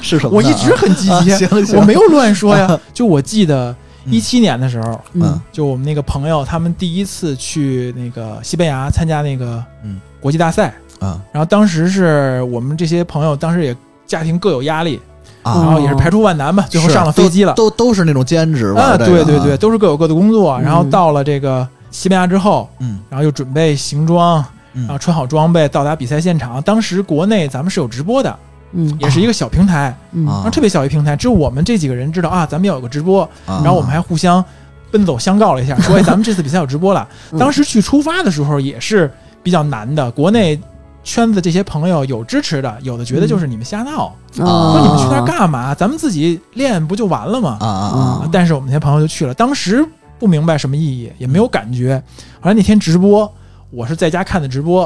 Speaker 5: 是什么
Speaker 6: 我
Speaker 5: 呢啊？
Speaker 6: 一直很 积
Speaker 5: 啊行
Speaker 6: 极，
Speaker 5: 行
Speaker 6: 我没有乱 说呀，就我记得一七年的时候，
Speaker 5: 嗯
Speaker 6: 就我们那个朋友，他们第一次去那个西班牙参加那个
Speaker 5: 嗯
Speaker 6: 国际大赛，
Speaker 5: 啊
Speaker 6: 然后当时是我们这些朋友，当时也家庭各有压力，然
Speaker 5: 啊，
Speaker 6: 后也
Speaker 3: 哦
Speaker 6: 是排除万难吧，最后
Speaker 5: 是
Speaker 6: 上了飞机了。
Speaker 5: 都都都是那种兼职玩
Speaker 6: 啊，
Speaker 5: 儿这个
Speaker 6: 对对
Speaker 5: 啊
Speaker 6: 对，，都是各有各的工作，然后
Speaker 3: 嗯
Speaker 6: 到了这个西班牙之后，
Speaker 5: 嗯
Speaker 6: 然后又准备行装，
Speaker 5: 嗯
Speaker 6: 然后穿好装备到达比赛现场。当时国内咱们是有直播的，
Speaker 3: 嗯
Speaker 6: 也是一个小平台，
Speaker 3: 嗯
Speaker 5: 啊
Speaker 6: 然后特别小一平台，只有我们这几个人知道啊，咱们要有个直播，
Speaker 5: 啊
Speaker 6: 然后我们还互相奔走相告了 一下，说哎，咱们这次比赛有直播了。
Speaker 3: 嗯
Speaker 6: 当时去出发的时候也是比较难的，国内圈子这些朋友有支持的，有的觉得就是你们瞎闹，
Speaker 5: 嗯啊
Speaker 3: 哦
Speaker 6: 说你们去那儿干嘛？咱们自己练不就完了吗？
Speaker 5: 啊啊
Speaker 3: 啊
Speaker 6: 但是我们那些朋友就去了，当时不明白什么意义，也没有感觉。后来那天直播，我是在家看的直播，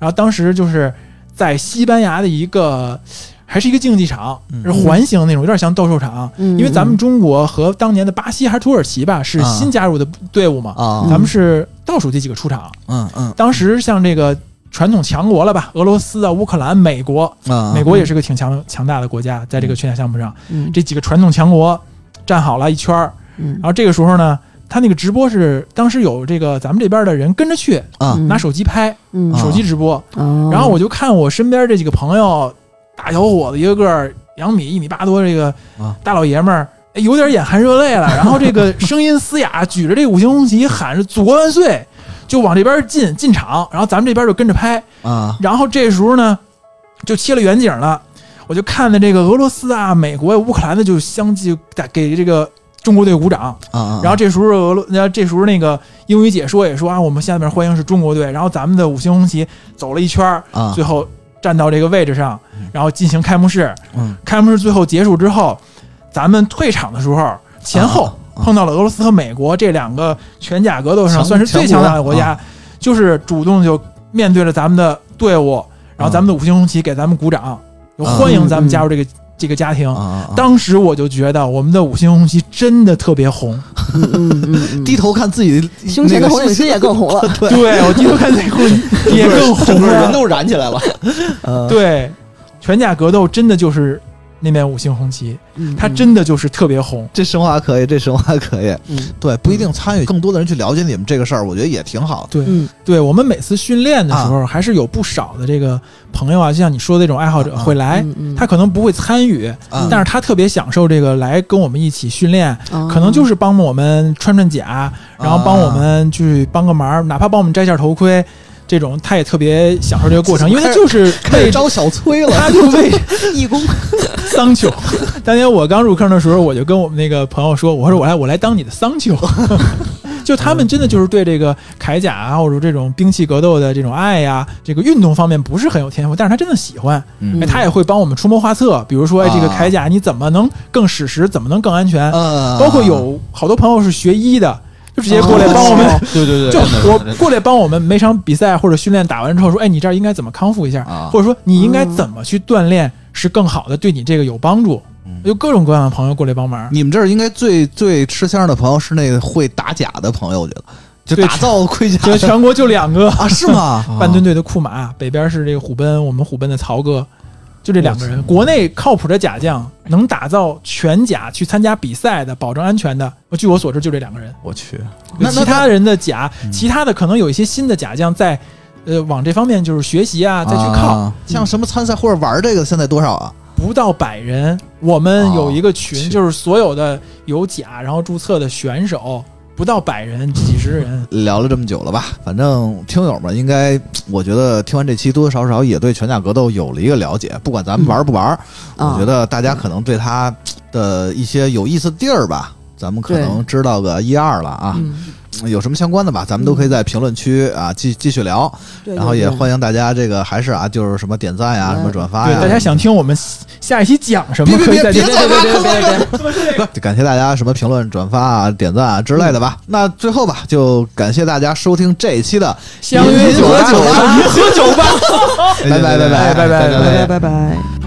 Speaker 6: 然后当时就是在西班牙的一个。还是一个竞技场，
Speaker 5: 嗯
Speaker 6: 是环形那种，有点像斗兽场。
Speaker 3: 嗯
Speaker 6: 因为咱们中国和当年的巴西还是土耳其吧，是
Speaker 5: 啊
Speaker 6: 新加入的队伍嘛，
Speaker 5: 啊啊！
Speaker 6: 咱们是倒数第几个出场。
Speaker 5: 嗯嗯
Speaker 6: 当时像这个传统强国了吧，俄罗斯啊、乌克兰、美国，
Speaker 5: 啊，
Speaker 6: 美国也是个挺强强大的国家，在这个拳击项目上，
Speaker 3: 嗯
Speaker 6: 这几个传统强国站好了一圈儿。
Speaker 3: 嗯
Speaker 6: 然后这个时候呢，他那个直播是当时有这个咱们这边的人跟着去，
Speaker 5: 啊
Speaker 3: 嗯
Speaker 6: 拿手机拍，
Speaker 3: 嗯
Speaker 5: 啊
Speaker 6: 手机直播。
Speaker 3: 哦
Speaker 6: 然后我就看我身边这几个朋友，大小伙子，一个个两米一米八多，这个
Speaker 5: 啊
Speaker 6: 大老爷们儿、哎有点眼含热泪了，然后这个声音嘶哑，举着这五星红旗喊着“祖国万岁”，就往这边进进场，然后咱们这边就跟着拍，
Speaker 5: 啊
Speaker 6: 然后这时候呢，就切了远景了，我就看的这个俄罗斯啊、美国呀、乌克兰的就相继在给这个中国队鼓掌，
Speaker 5: 啊啊，
Speaker 6: 然后这时候俄罗，那这时候那个英语解说也说啊，我们下面欢迎是中国队，然后咱们的五星红旗走了一圈儿，
Speaker 5: 啊
Speaker 6: 最后站到这个位置上，然后进行开幕式。
Speaker 5: 嗯
Speaker 6: 开幕式最后结束之后，咱们退场的时候前后
Speaker 5: 啊
Speaker 6: 碰到了俄罗斯和美国这两个拳甲格斗上
Speaker 5: 强
Speaker 6: 算是最强大的国
Speaker 5: 强啊
Speaker 6: 家，就是主动就面对了咱们的队伍，
Speaker 5: 啊
Speaker 6: 然后咱们的五星红旗给咱们鼓掌，就欢迎咱们加入这个这个家庭
Speaker 5: 嗯啊。啊，
Speaker 6: 当时我就觉得我们的五星红旗真的特别红。
Speaker 3: 嗯嗯嗯嗯
Speaker 5: 低头看自己
Speaker 3: 胸前的红领
Speaker 5: 领
Speaker 3: 巾也更红了，
Speaker 6: 对我低头看内裤也更
Speaker 4: 整
Speaker 6: 红呃
Speaker 4: 个人
Speaker 6: 了。
Speaker 4: 都燃起来了。
Speaker 6: 对，拳架格斗真的就是那面五星红旗，
Speaker 3: 嗯
Speaker 6: 它真的就是特别红。
Speaker 5: 这升华可以，这升华可以。
Speaker 3: 嗯
Speaker 5: 对，不一定参与，更多的人去了解你们这个事儿，我觉得也挺好的。
Speaker 6: 对，
Speaker 3: 嗯
Speaker 6: 对我们每次训练的时候，还是有不少的这个朋友啊，就像你说的这种爱好者
Speaker 5: 啊啊
Speaker 6: 会来，
Speaker 3: 嗯嗯
Speaker 6: 他可能不会参与，
Speaker 5: 啊
Speaker 6: 但是他特别享受这个来跟我们一起训练，
Speaker 3: 哦
Speaker 6: 可能就是帮我们穿穿甲，然后帮我们去帮个忙，哪怕帮我们摘下头盔，这种他也特别享受这个过程，因为他就是
Speaker 5: 开
Speaker 6: 为
Speaker 5: 始招小 崔了，
Speaker 6: 他就为
Speaker 3: 义工，
Speaker 6: 桑丘。当年我刚入坑的时候，我就跟我们那个朋友说，我说我来我来当你的桑丘。 就他们真的就是对这个铠甲啊，或者这种兵器格斗的这种爱呀、这个运动方面不是很有天赋，但是他真的喜欢，
Speaker 5: 嗯
Speaker 6: 哎，他也会帮我们出谋划策，比如说、哎、这个铠甲你怎么能更史实，怎么能更安全，
Speaker 5: 呃，
Speaker 6: 嗯包括有好多朋友是学医的，就直接
Speaker 4: 哦
Speaker 6: 过来帮我们。
Speaker 5: 对对对
Speaker 6: 就
Speaker 5: 真的
Speaker 6: 我
Speaker 5: 真的
Speaker 6: 过来帮我们每场比赛或者训练打完之后说，哎，你这儿应该怎么康复一下，
Speaker 5: 啊
Speaker 6: 或者说你应该怎么去锻炼是更好的，对你这个有帮助。
Speaker 5: 嗯
Speaker 6: 有各种各样的朋友过来帮忙，
Speaker 5: 你们这儿应该最最吃香的朋友是那个会打假的朋友，我觉得就
Speaker 6: 对
Speaker 5: 打造盔甲
Speaker 6: 这全国就两个
Speaker 5: 啊，是吗？
Speaker 6: 半军队的库马，北边是这个虎贲，我们虎贲的曹哥，就这两个人。国内靠谱的甲将能打造全甲去参加比赛的，保证安全的，据我所知就这两个人。
Speaker 1: 我去，
Speaker 5: 那那
Speaker 6: 其他人的甲，其他的可能有一些新的甲将在，呃，往这方面就是学习啊，再去靠。
Speaker 5: 啊像什么参赛或者玩这个，现在多少啊？
Speaker 6: 不到百人，我们有一个群，
Speaker 5: 哦。
Speaker 6: 就是所有的有甲然后注册的选手，不到百人，几十人
Speaker 5: 聊了这么久了吧，反正听友们应该，我觉得听完这期多多少少也对拳架格斗有了一个了解。不管咱们玩不玩，
Speaker 3: 嗯
Speaker 6: 嗯
Speaker 5: 我觉得大家可能对它的一些有意思的地儿吧，咱们可能知道个一二了啊。
Speaker 3: 嗯，
Speaker 5: 有什么相关的吧，咱们都可以在评论区啊继继续聊。
Speaker 3: 对
Speaker 5: 然后也欢
Speaker 3: 迎
Speaker 5: 迎大家这个还是啊，就是什么点赞呀、
Speaker 3: 嗯
Speaker 5: 什么转发
Speaker 6: 对，
Speaker 5: 呀。
Speaker 6: 大家想听我们下一期讲什么？
Speaker 5: 别别
Speaker 6: 可
Speaker 5: 别
Speaker 6: 以在
Speaker 5: 别
Speaker 6: 这
Speaker 5: 再挖
Speaker 6: 边
Speaker 5: 坑了！就 感谢大家什么评论、转发啊、点赞啊之类的吧。那最后吧，就感谢大家收听这一期的
Speaker 6: 相约
Speaker 5: 银河
Speaker 6: 九
Speaker 5: 酒吧，
Speaker 6: 八，银河酒吧。
Speaker 5: 拜拜拜拜
Speaker 6: 拜
Speaker 5: 拜
Speaker 6: 拜
Speaker 3: 拜拜拜拜。